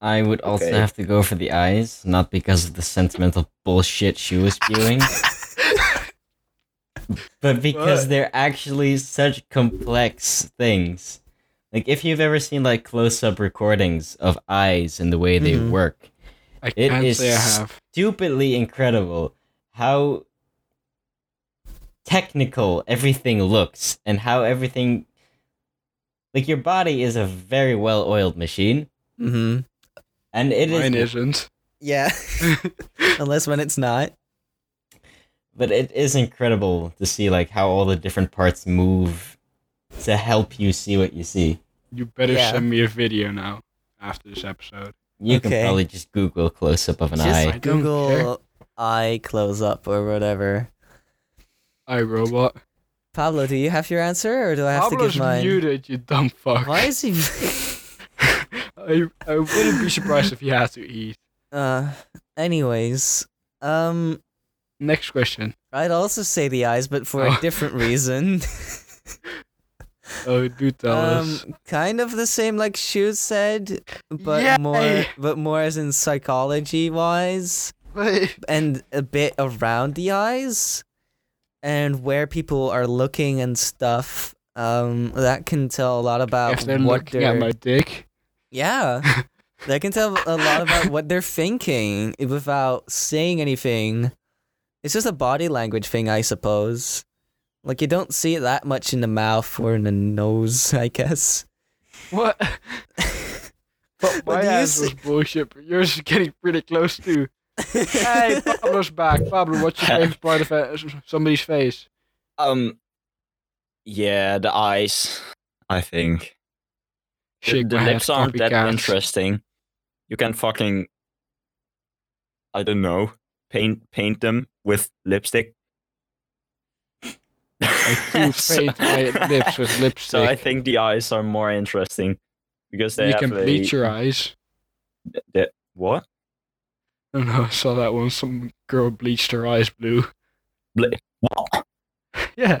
I would also Okay. have to go for the eyes, not because of the sentimental bullshit she was spewing, but because What? they're actually such complex things. Like if you've ever seen like close-up recordings of eyes and the way they Mm-hmm. Mhm. work, I It can't is say I have. stupidly incredible how technical everything looks and how everything like your body is a very well-oiled machine Mm-hmm. and it is Mine isn't. Yeah. Unless when it's not. but it is incredible to see like how all the different parts move to help you see what you see. You better Yeah. send me a video now after this episode. You Okay. can probably just Google close up of an Just eye. I don't Google eye close up or whatever. I robot. Pablo, do you have your answer or do I have to Pablo's give mine? muted, you dumb fuck. Why is he? I, I wouldn't be surprised if he had to eat. uh, anyways, Uh, um, Next question. I'd also say the eyes, but for Oh. a different reason. Oh, do tell us. um, kind of the same like Shu said, but Yay! more but more as in psychology wise and a bit around the eyes and where people are looking and stuff. Um, that can tell a lot about if they're what looking they're at my dick, Yeah. that can tell a lot about what they're thinking without saying anything. It's just a body language thing, I suppose. Like you don't see it that much in the mouth or in the nose, I guess. what? but What my do you ass say- was bullshit. But yours is getting pretty close too. hey, Pablo's back. Pablo, what's your favorite part of uh, somebody's face? Um, yeah, the eyes. I think The- Shake the my head, lips aren't that copycat. interesting. You can fucking, I don't know, paint paint them with lipstick. I do paint my lips with lipstick. So I think the eyes are more interesting because they you have can a bleach your eyes. the- what I don't know. I saw that one. Some girl bleached her eyes blue. Ble- what? Yeah.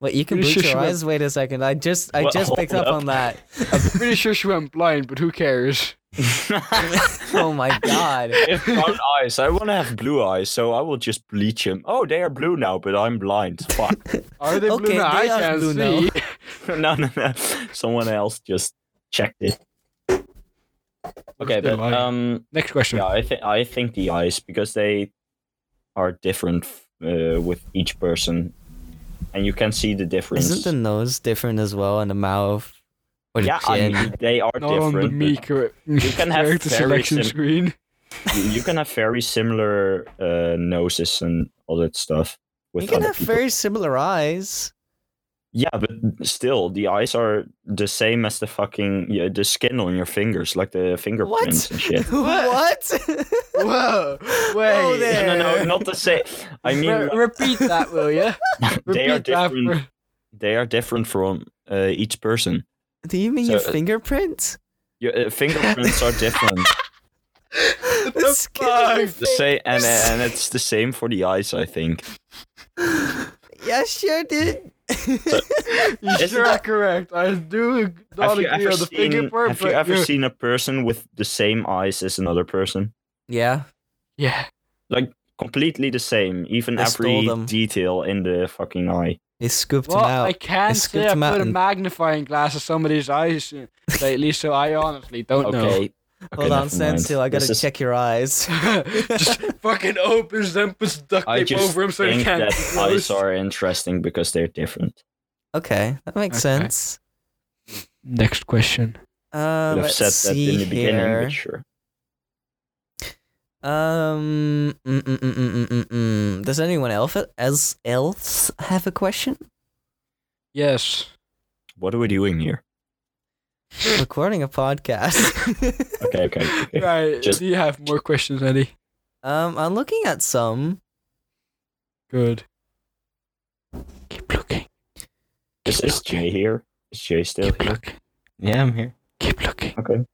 Wait, you can bleach Pretty sure your she went- eyes. Wait a second. I just I Wha- just picked hold up up. on that. Pretty sure she went blind, but who cares? oh my god. If brown eyes, I want to have blue eyes, so I will just bleach them. Oh, they are blue now, but I'm blind. Fuck. Are they blue Okay, now? I they are can't blue now. see. no, no, no. Someone else just checked it. Okay, They're but lying. um, Next question. yeah, I think I think the eyes because they are different uh, with each person, and you can see the difference. Isn't the nose different as well and the mouth? Or the yeah, I chin? mean, they are Not on different. the but me correct. You can have character very selection sim- screen. you, you can have very similar uh, noses and all that stuff. With you can other have people. very similar eyes. Yeah, but still, the eyes are the same as the fucking yeah, the skin on your fingers, like the fingerprints and shit. what? Whoa! Wait. No, no, no, Yeah. not the same. I mean, Re- repeat that, will you? they are Repeat that. different. for- They are different from uh, each person. Do you mean your So- uh, fingerprint? Your uh, fingerprints are different. the skin on your The same, and uh, and it's the same for the eyes. I think. fi- yeah, sure, dude. You Is should there- be correct. I do Have not you agree ever on the seen? finger part, Have you but ever you're- seen a person with the same eyes as another person? yeah. Yeah. Completely the same, even They stole every them. detail in the fucking eye. They scooped Well, him out. I can't scooped say I him out put a and- magnifying glass in somebody's eyes uh, lately, so I honestly don't know. Okay. Hold on, stand still. I gotta check. check your eyes. just fucking opens them, puts duct I tape just over him so he think can't. that see eyes close. are interesting because they're different. Okay, that makes Okay. sense. Next question. Um, I've let's said that see in the beginning, here. but sure. Um, mm, mm, mm, mm, mm, mm, mm. does anyone else as else have a question? Yes. What are we doing here? Recording a podcast. Okay, okay, okay. Right. just- Do you have more questions, Eddie? um, I'm looking at some. Good. Keep looking. Is, is Jay here? Is Jay still here? looking. Yeah, I'm here. Keep looking. Okay.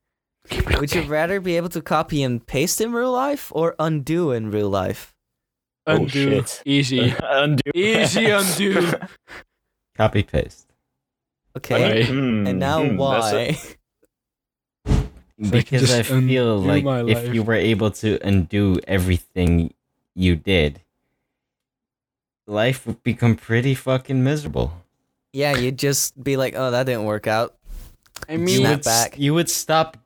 Keep Would you rather be able to copy and paste in real life or undo in real life? Oh, Undo. shit. Uh, Easy. undo. Easy undo. Copy paste. Okay. Right. Hmm, And now hmm, that's a- why? So I can because I just undo feel like my if you life. were able to undo everything you did, life would become pretty fucking miserable. yeah, you'd just be like, oh, that didn't work out. I mean- you Snap would, s- back. you would stop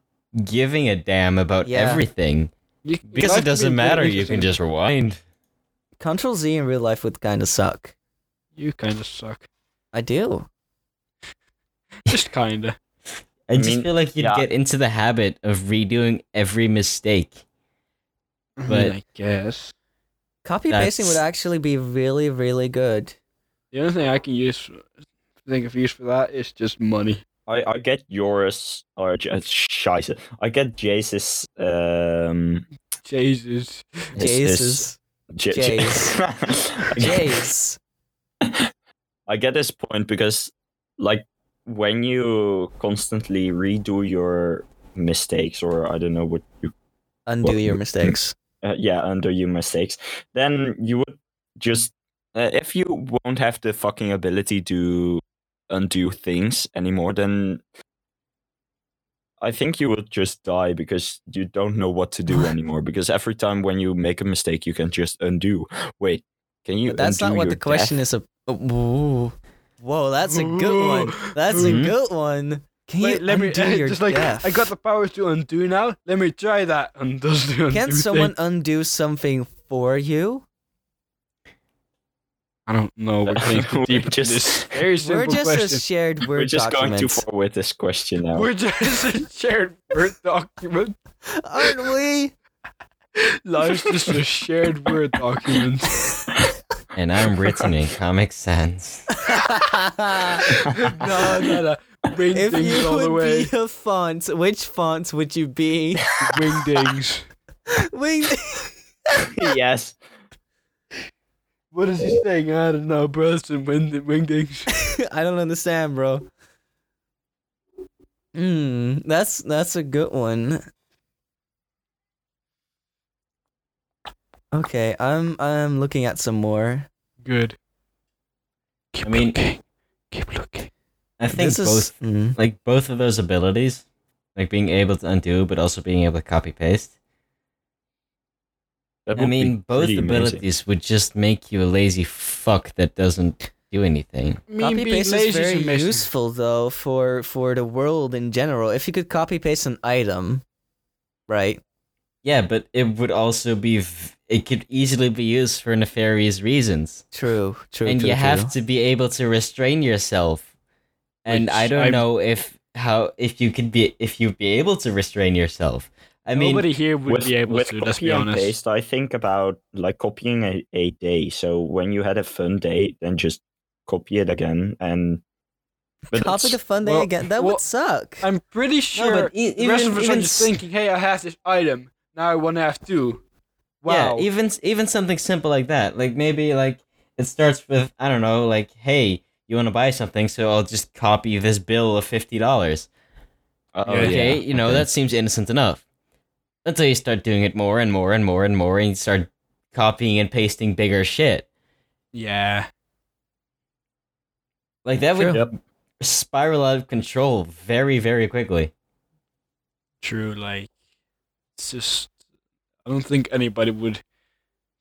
giving a damn about Yeah. everything you- because life it doesn't means matter. You everything. can just rewind. Control Z in real life would kind of suck. You kind of suck. I do. Just kinda. I, I just mean, feel like you'd yeah. get into the habit of redoing every mistake. I mean, But- I guess Copy pasting would That's- actually be really, really good. the only thing I can use, think of use for that is just money. I, I get yours or J- uh, scheiße. I get Jay's um Jesus. His- Jace's. J- J- I get- Jace. I get this point because, like, when you constantly redo your mistakes, or I don't know what you Undo Well, your mistakes. uh, yeah, under your mistakes, then you would just uh, if you won't have the fucking ability to undo things anymore, then I think you will just die because you don't know what to do anymore. Because every time when you make a mistake, you can just undo. Wait, can you? But that's not undo what your the question death? is. A- Ooh. Whoa, that's a good one. That's a Mm-hmm. Mhm. good one. Can Wait, you let me undo your just like death? I got the power to undo now. Let me try that. Undoes the undo Can someone thing. undo something for you? I don't know. We're getting too We're deep into just- this very simple We're just question. a shared word We're just going document, too far with this question now. We're just a shared word document. aren't we? Life's just a shared word document. And I'm written in Comic Sans. no, no, no. Wing if dings you all the way. would be a font, which font would you be? Wing dings. Wing. yes. What is he saying? I don't know, bro. It's in wing, wing dings. I don't understand, bro. Hmm, that's that's a good one. Okay, I'm I'm looking at some more. Good. Keep I mean- looking. Keep looking. I think this is both mm, like both of those abilities, like being able to undo but also being able to copy paste. That I would be mean, both pretty amazing. abilities would just make you a lazy fuck that doesn't do anything. Me copy being paste is lazy very amazing. useful though for for the world in general. If you could copy paste an item, right? Yeah, but it would also be v- it could easily be used for nefarious reasons, True, true. and true, you true. have to be able to restrain yourself. And Which I don't I'm- know if how if you could be if you'd be able to restrain yourself. I mean, Nobody here would with, be able with to. copy Let's be and honest. paste, I think about like copying a, a day. So when you had a fun day, then just copy it again and. But copy that's- the fun day well, again. That well, would suck. I'm pretty no, sure but e- the rest even of us even are just s- thinking, "Hey, I have this item. Now I want to have two. Wow. Yeah, even even something simple like that. Like maybe like it starts with I don't know, like hey, you want to buy something, so I'll just copy this bill of fifty dollars. oh, Yeah. okay, yeah, you know okay. that seems innocent enough. Until you start doing it more and more and more and more, and you start copying and pasting bigger shit. yeah. Like that would True. Yep. spiral out of control very very quickly. True. Like, it's just. I don't think anybody would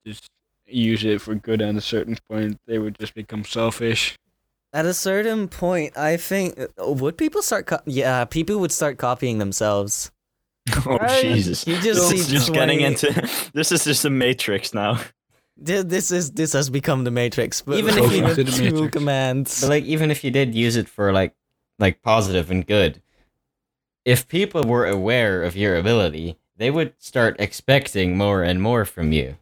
just use it for good. At a certain point, they would just become selfish. At a certain point, I think uh, would people start? Co- yeah, people would start copying themselves. Oh Right. Jesus! You just This see is just getting 20 into. This is just a matrix now. Th- This is this has become the Matrix. But Even even if if you you- To have the two Matrix. commands, But like even if you did use it for like like positive and good, if people were aware of your ability, they would start expecting more and more from you.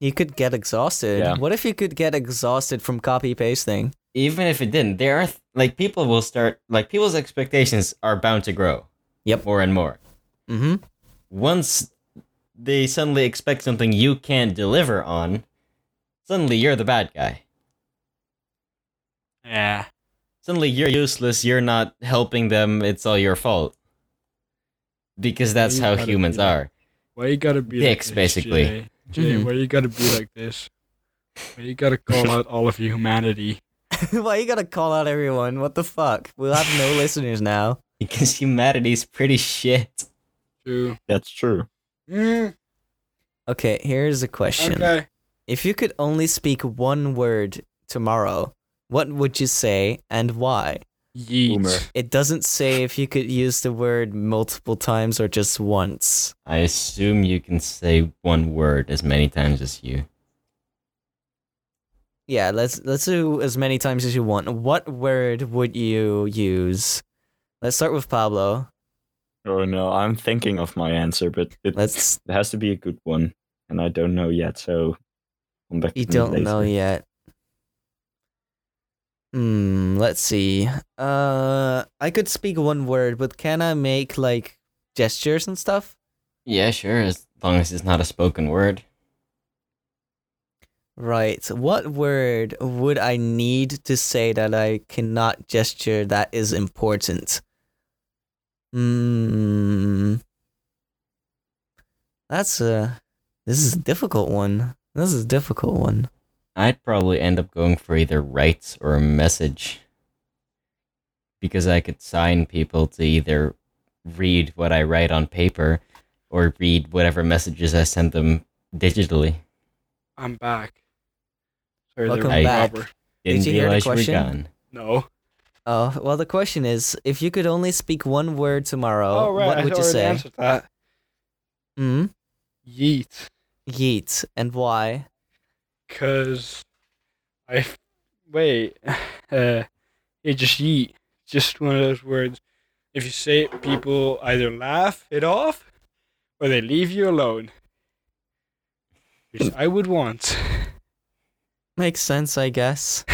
you could get exhausted. Yeah. What if you could get exhausted from copy pasting? Even if it didn't, there are th- like people will start like people's expectations are bound to grow. Yep. More and more. Mm-hmm. Once they suddenly expect something you can't deliver on, suddenly you're the bad guy. Yeah. Suddenly you're useless, you're not helping them, it's all your fault. Because that's you how gotta humans be like- are. Why you gotta be Dicks, like this, basically. Jay? Jay, Mhm. why you gotta be like this? Why you gotta call out all of your humanity? Why you gotta call out everyone? What the fuck? We'll have no listeners now. Because humanity's pretty shit. True. That's true. Okay, here's a question: Mm, okay. If you could only speak one word tomorrow, what would you say and why? Yeet. Boomer. It doesn't say if you could use the word multiple times or just once. I assume you can say one word as many times as you. Yeah, let's let's do as many times as you want. What word would you use? Let's start with Pablo. Oh no, I'm thinking of my answer, but it, Let's it has to be a good one, and I don't know yet. So I'm back. you to me don't later. know yet. Hmm, let's see. Uh I could speak one word, but can I make like gestures and stuff? Yeah, sure, as long as it's not a spoken word. Right. What word would I need to say that I cannot gesture that is important? Hmm. That's a This is a difficult one. This is a difficult one. I'd probably end up going for either rights or a message. Because I could sign people to either read what I write on paper or read whatever messages I send them digitally. I'm back. Sorry, Welcome there was a back. robber. Did Didn't you hear the realize you were question? gone. No. Oh, well, the question is if you could only speak one word tomorrow, oh, right. what I would you already say? answered that. Mm? Yeet. Yeet. And why? Because I. f- Wait. Uh, it just yeet. Just one of those words. If you say it, people either laugh it off or they leave you alone. Which I would want. Makes sense, I guess.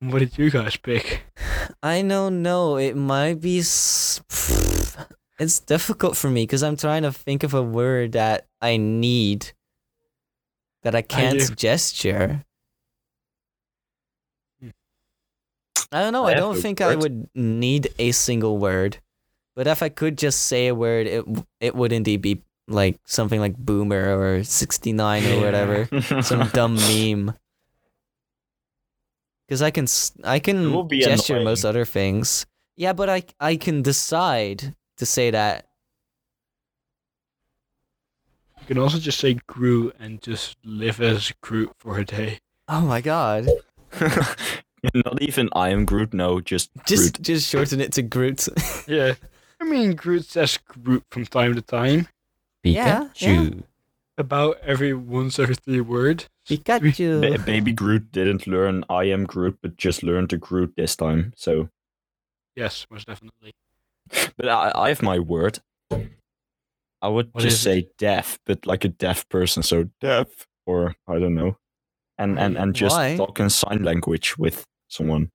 What did you guys pick? I don't know. It might be. S- it's difficult for me because I'm trying to think of a word that I need that I can't do. gesture. Hmm. I don't know. I I have don't no think I words. would need a single word, but if I could just say a word, it w- it would indeed be like something like boomer or sixty nine or whatever, some dumb meme. Because I can s- I It will can be gesture annoying. most other things. Yeah, but I I can decide to say that You can also just say Groot and just live as Groot for a day. Oh my god. Not even I am Groot. No, just Just Groot. just shorten it to Groot. Yeah. I mean, Groot says Groot from time to time, Yeah, Pikachu. about every once every three word. Ba- Pikachu. Baby Groot didn't learn I am Groot, but just learned to Groot this time. So, Yes, most definitely. but I, I have my word. I would What just is say deaf, but like a deaf person, so deaf or I don't know, and and and just Why? talk in sign language with someone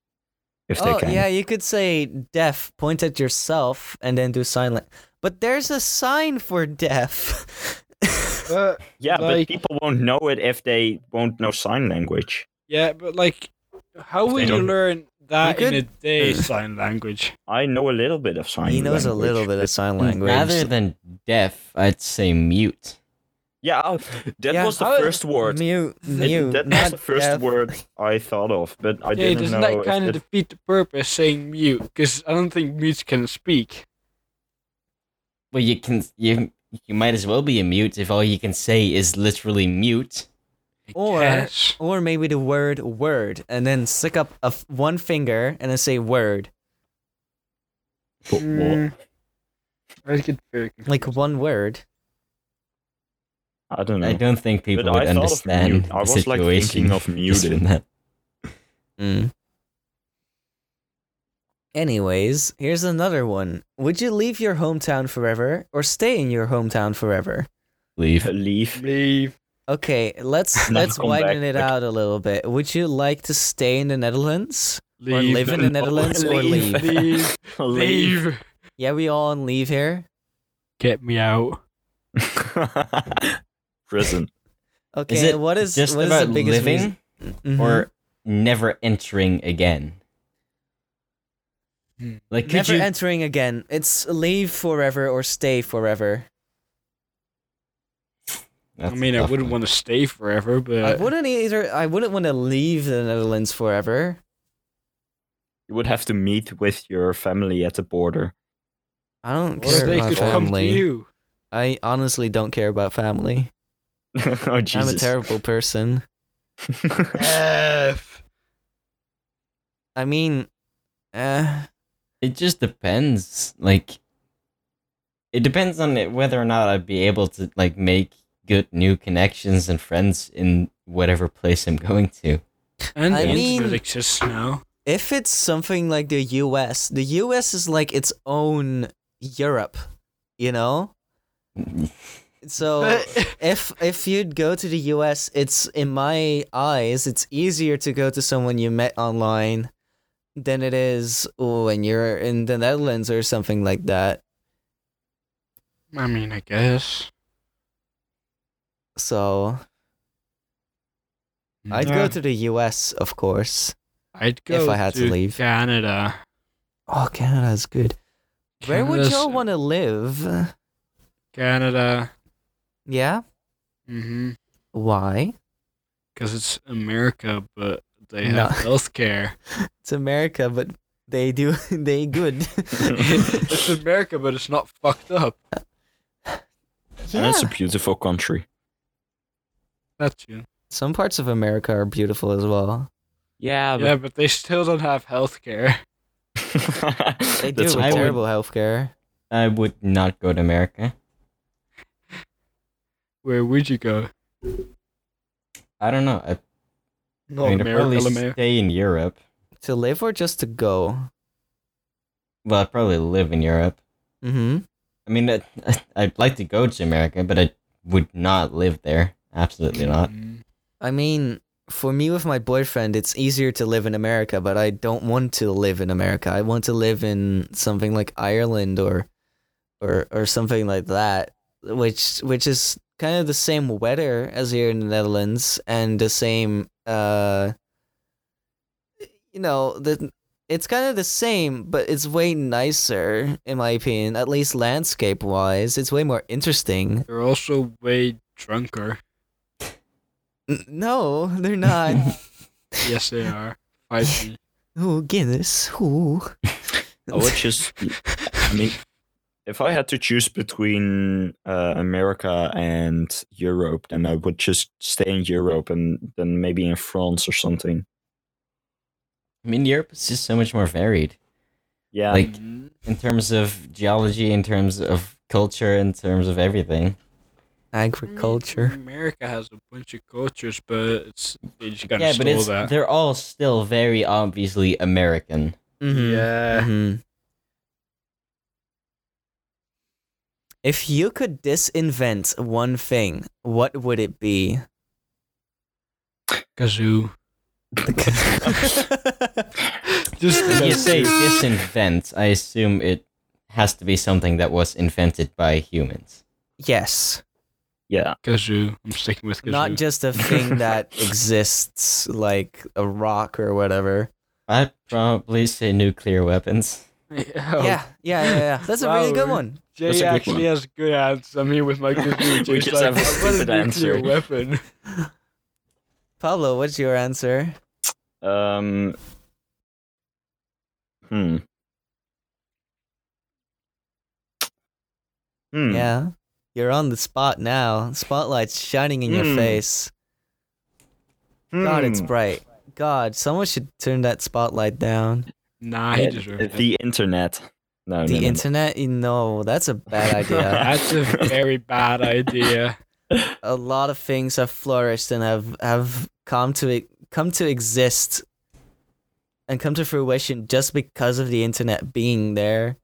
if Oh they can. yeah, you could say deaf, point at yourself, and then do sign language. But there's a sign for deaf. Uh, Yeah, but Like- people won't know it if they won't know sign language. yeah, but like, how They will you don't- learn that You in a day sign language? I know a little bit of sign. he knows a language, little bit but- of sign language. Rather than deaf, I'd say mute. Yeah, I- that Yeah. oh, was the How- first word. Mute, It- mute. that not was the first deaf. word I thought of, but I yeah, didn't know. doesn't that if kind of it- defeat the purpose saying mute? Because I don't think mutes can speak. Well, you can you you might as well be a mute if all you can say is literally mute. I Or- guess. Or maybe the word word, and then stick up a f- one finger and then say word, What- what? Mm. I get very confused. like one word. I don't know. I don't think people But would I thought of understand mute. I the was, like, thinking situation. of just from muted. that. Mm. Anyways, here's another one. Would you leave your hometown forever or stay in your hometown forever? Leave. Leave. Leave. Okay, let's Now let's come widen it back, like- out a little bit. Would you like to stay in the Netherlands? Or Leave. live in the No, Netherlands or leave. leave? Leave. Leave. Leave. Yeah, we all on leave here. Get me out. Prison. Okay, Is it what is just what is about the biggest living reason- Mhm. or never entering again? Hmm. Like, could never you? entering again? It's leave forever or stay forever. That's I a mean, I tough wouldn't one. want to stay forever, but I wouldn't either. I wouldn't want to leave the Netherlands forever. You would have to meet with your family at the border. I don't Or care they about could come to family. you. I honestly don't care about family. oh Jesus! I'm a terrible person. F. I mean, uh, It just depends. Like, it depends on it, whether or not I'd be able to like make good new connections and friends in whatever place I'm going to. And I the mean- internet exists now. if it's something like the US, the US is like its own Europe, you know? So if if you'd go to the US, it's in my eyes, it's easier to go to someone you met online than it is oh, when you're in the Netherlands or something like that. I mean, I guess. So I'd Mm-hmm. Yeah. go to the US, of course. Mm-hmm. I'd go I had to leave. Canada. Oh, Canada's good. Where would Canada's- y'all want to live? Canada. Yeah? Mm-hmm. Why? Because it's America, but they No. have health care. It's America, but they do they good. it's America, but it's not fucked up. And yeah. it's a beautiful country. That's true. Some parts of America are beautiful as well. Yeah, but Yeah, but they still don't have health care. They do with That's a point. terrible healthcare. I would not go to America. Where would you go? I don't know. I, Not I mean, I'd probably America, America. stay in Europe. To live or just to go? Well, I'd probably live in Europe. Mm-hmm. I mean, I, I'd like to go to America, but I would not live there. Absolutely not. Mm. I mean, for me with my boyfriend, it's easier to live in America, but I don't want to live in America. I want to live in something like Ireland or or or something like that, which which is kind of the same weather as here in the Netherlands and the same uh you know, the it's kind of the same, but it's way nicer in my opinion, at least landscape wise. It's way more interesting. They're also way drunker. N- no, they're not. Yes, they are. Fight me. Ooh, Guinness. Ooh. I would just, I mean, if I had to choose between uh, America and Europe, then I would just stay in Europe and then maybe in France or something. I mean, Europe is just so much more varied Yeah, Like- Mm. in terms of geology, in terms of culture, in terms of everything. Mm. Agriculture. America has a bunch of cultures, but it's they just kind of yeah, stole but it's that. they're all still very obviously American. Mm-hmm. Yeah. Mhm. If you could disinvent one thing, what would it be? Kazoo. Just When kazoo. you say disinvent, I assume it has to be something that was invented by humans. yes. yeah. kazoo. I'm sticking with kazoo. Not just a thing that exists, like a rock or whatever. I'd probably say nuclear weapons. Yeah. Yeah, yeah, yeah, yeah. That's a really good Oh. Wow. one. Oh, That's Jay a good actually one. has good answers. I'm here with my kazoo. We Jay's just have a like, "I want stupid a nuclear answer." weapon. Pablo, what's your answer? Um, hmm. Hmm. Yeah. You're on the spot now. Spotlight's shining in your Hmm. face. God, it's Hmm. bright. God, someone should turn that spotlight down. Nah, he Yeah, deserves it. the internet. No, The no, no, no. internet, you know, that's a bad idea. That's a very bad idea. a lot of things have flourished and have have come to e- come to exist and come to fruition just because of the internet being there.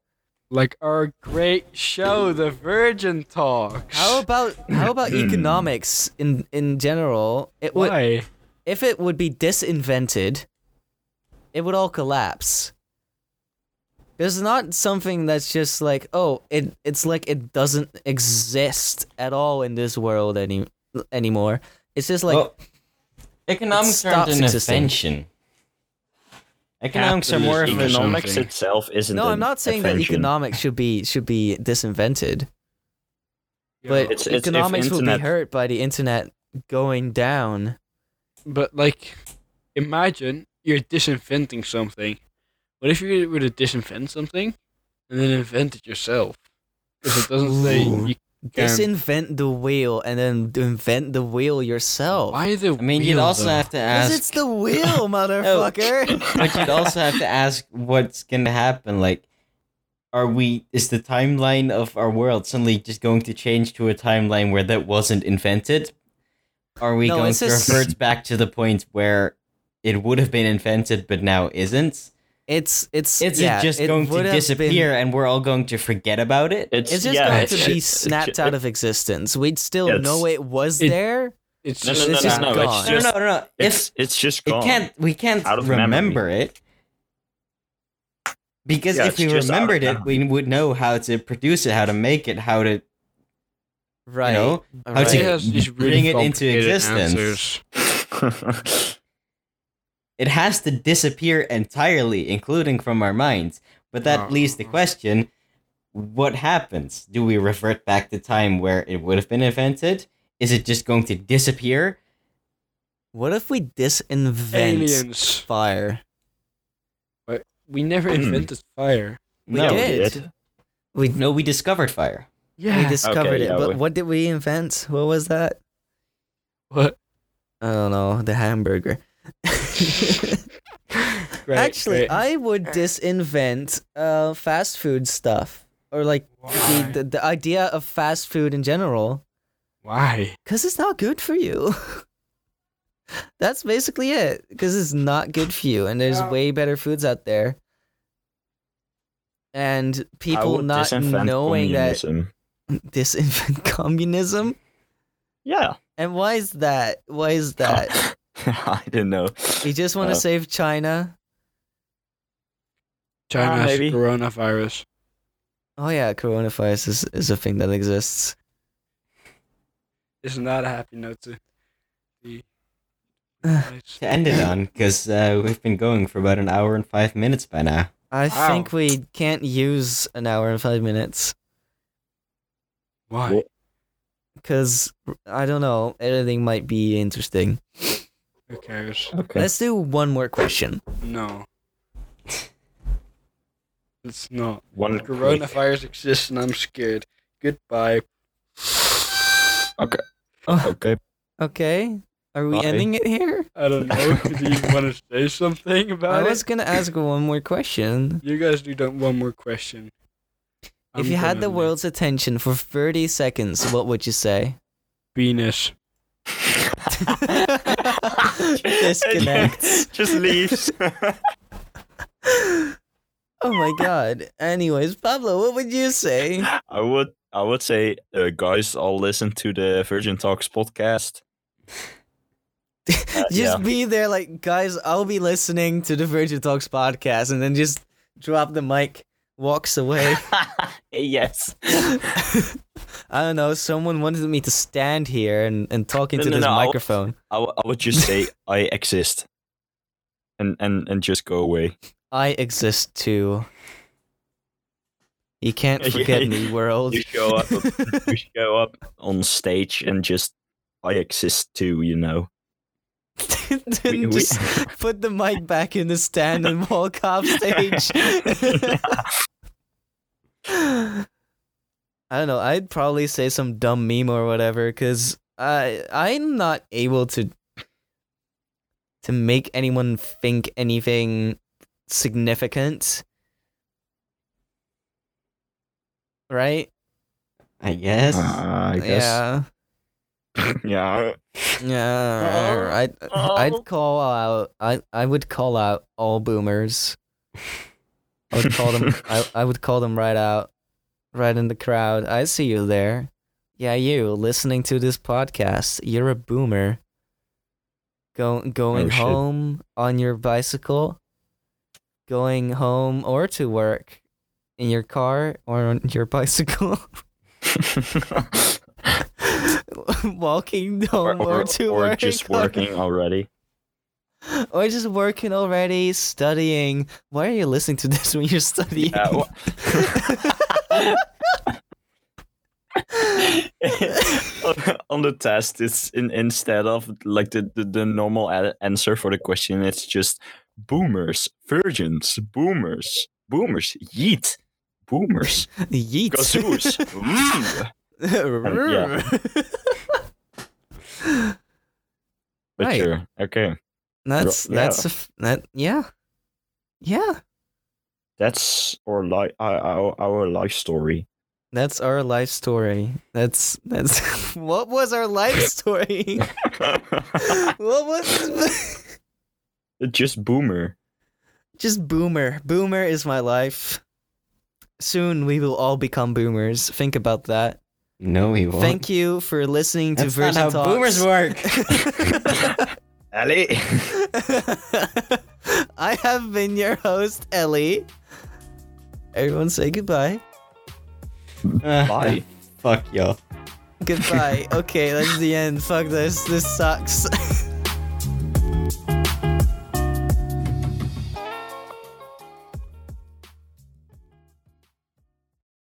Like our great show, The Virgin Talks. How about how about economics in in general? It would Why? if it would be disinvented, it would all collapse. There's not something that's just like, oh, it it's like it doesn't exist at all in this world any anymore. It's just like well, economics aren't stops an existing. invention. Economics are more of an Economics something. itself isn't. no, I'm an not saying that invention. economics should be should be disinvented, but It's- it's if economics will be internet- hurt by the internet going down. But like, imagine you're disinventing something. What if you were to disinvent something and then invent it yourself? Because it doesn't say Ooh. you can. Disinvent the wheel and then invent the wheel yourself. Why the? I mean, you'd wheel, also though? have to Because ask. it's the Oh. wheel, motherfucker. but you'd also have to ask what's gonna happen. Like, are we? Is the timeline of our world suddenly just going to change to a timeline where that wasn't invented? Are we No, going it's to just- revert back to the point where it would have been invented but now isn't? It's it's Is yeah, it just it going to would have disappear Been, and we're all going to forget about it? It's, it's just yeah, going it's to ju- be it's ju- snapped out of existence. We'd still It's- know it was it- there. It's No, no, just no, it's no, just no, gone. it's no, no, no, no. It's If it's just it gone. can't, we can't Out of memory. remember it. Because Yeah, if it's we just out of remembered it, we would know how to produce it, how to make it, how to Right. you know how right. to Jay has these really bring it into complicated existence. answers. it has to disappear entirely, including from our minds. But Oh. that leaves the Ah. question: What happens? Do we revert back to time where it would have been invented? Is it just going to disappear? What if we disinvent Aliens. fire? We Mm. never invented fire. We No, we did. did. We, No, we discovered fire. we Yeah. discovered Okay, it. yeah, but we- what did we invent? What was that? What? I don't know. The hamburger. Right, Actually, right. I would disinvent uh, fast food stuff or like the, Why? the, the idea of fast food in general Why? because it's not good for you. That's basically it because it's not good for you, and there's Yeah. way better foods out there. And people would not disinvent knowing communism. that disinvent communism. Yeah. And why is that? Why is that? I didn't know. You just want to Uh, save China? Ah, China's maybe. coronavirus. Oh yeah, coronavirus is, is a thing that exists. It's not a happy note to be. To end it on, because uh, we've been going for about an hour and five minutes by now. I Wow. think we can't use an hour and five minutes Why? because I don't know. Editing might be interesting. Who cares? Okay. Let's do one more question. No. It's not. One quick- Coronavirus exists and I'm scared. Goodbye. Oh. Okay. Okay, are we Bye. ending it here? I don't know. Do you want to say something I about was it? gonna ask one more question. You guys do that one more question. I'm if you had gonna the leave. world's attention for 30 seconds, what would you say? Venus. Disconnect. Just leaves. oh my god. Anyways, Pablo, what would you say? I would I would say uh, guys I'll listen to the Virgin Talks podcast. Uh, just be there like guys i'll be listening to the virgin talks podcast and then just drop the mic walks away yes. i don't know someone wanted me to stand here and, and talk into no, this no, I'll- microphone I, w- I would just say I exist. And and and just go away. i exist too you can't Yeah, forget you- me world You show up you show up on stage and just I exist too, you know. We- Then we- just put the mic back in the stand and walk off stage I don't know. I'd probably say some dumb meme or whatever because I I'm not able to to make anyone think anything significant, right? I guess. Uh, I guess. Yeah, Yeah. yeah. I'd I'd call out. I I would call out all boomers. I would call them. I, I would call them right out, right in the crowd. I see you there. Yeah, you listening to this podcast. You're a boomer. Go going Oh, shit. home on your bicycle, going home or to work, in your car or on your bicycle, walking or, home or, or, to or work, just on- working already. or just working already, studying. Why are you listening to this when you're studying? Yeah, wha- on the test, it's in, instead of like the, the, the normal a- answer for the question, it's just boomers, virgins, boomers, boomers, yeet, boomers, Yeet. gazoos. mm. yeah. But Right. sure, okay. That's Yeah. that's a f- that yeah, yeah. That's our, li- our, our, our life story. That's our life story. That's that's what was our life story. what was just boomer. just boomer? Boomer is my life. Soon we will all become boomers. Think about that. No, he won't. Thank you for listening to That's not Virgin how Talks. boomers work. Ali. I have been your host, Ellie. Everyone say goodbye. Bye. Fuck y'all. Goodbye. okay, that's the end. Fuck this. This sucks.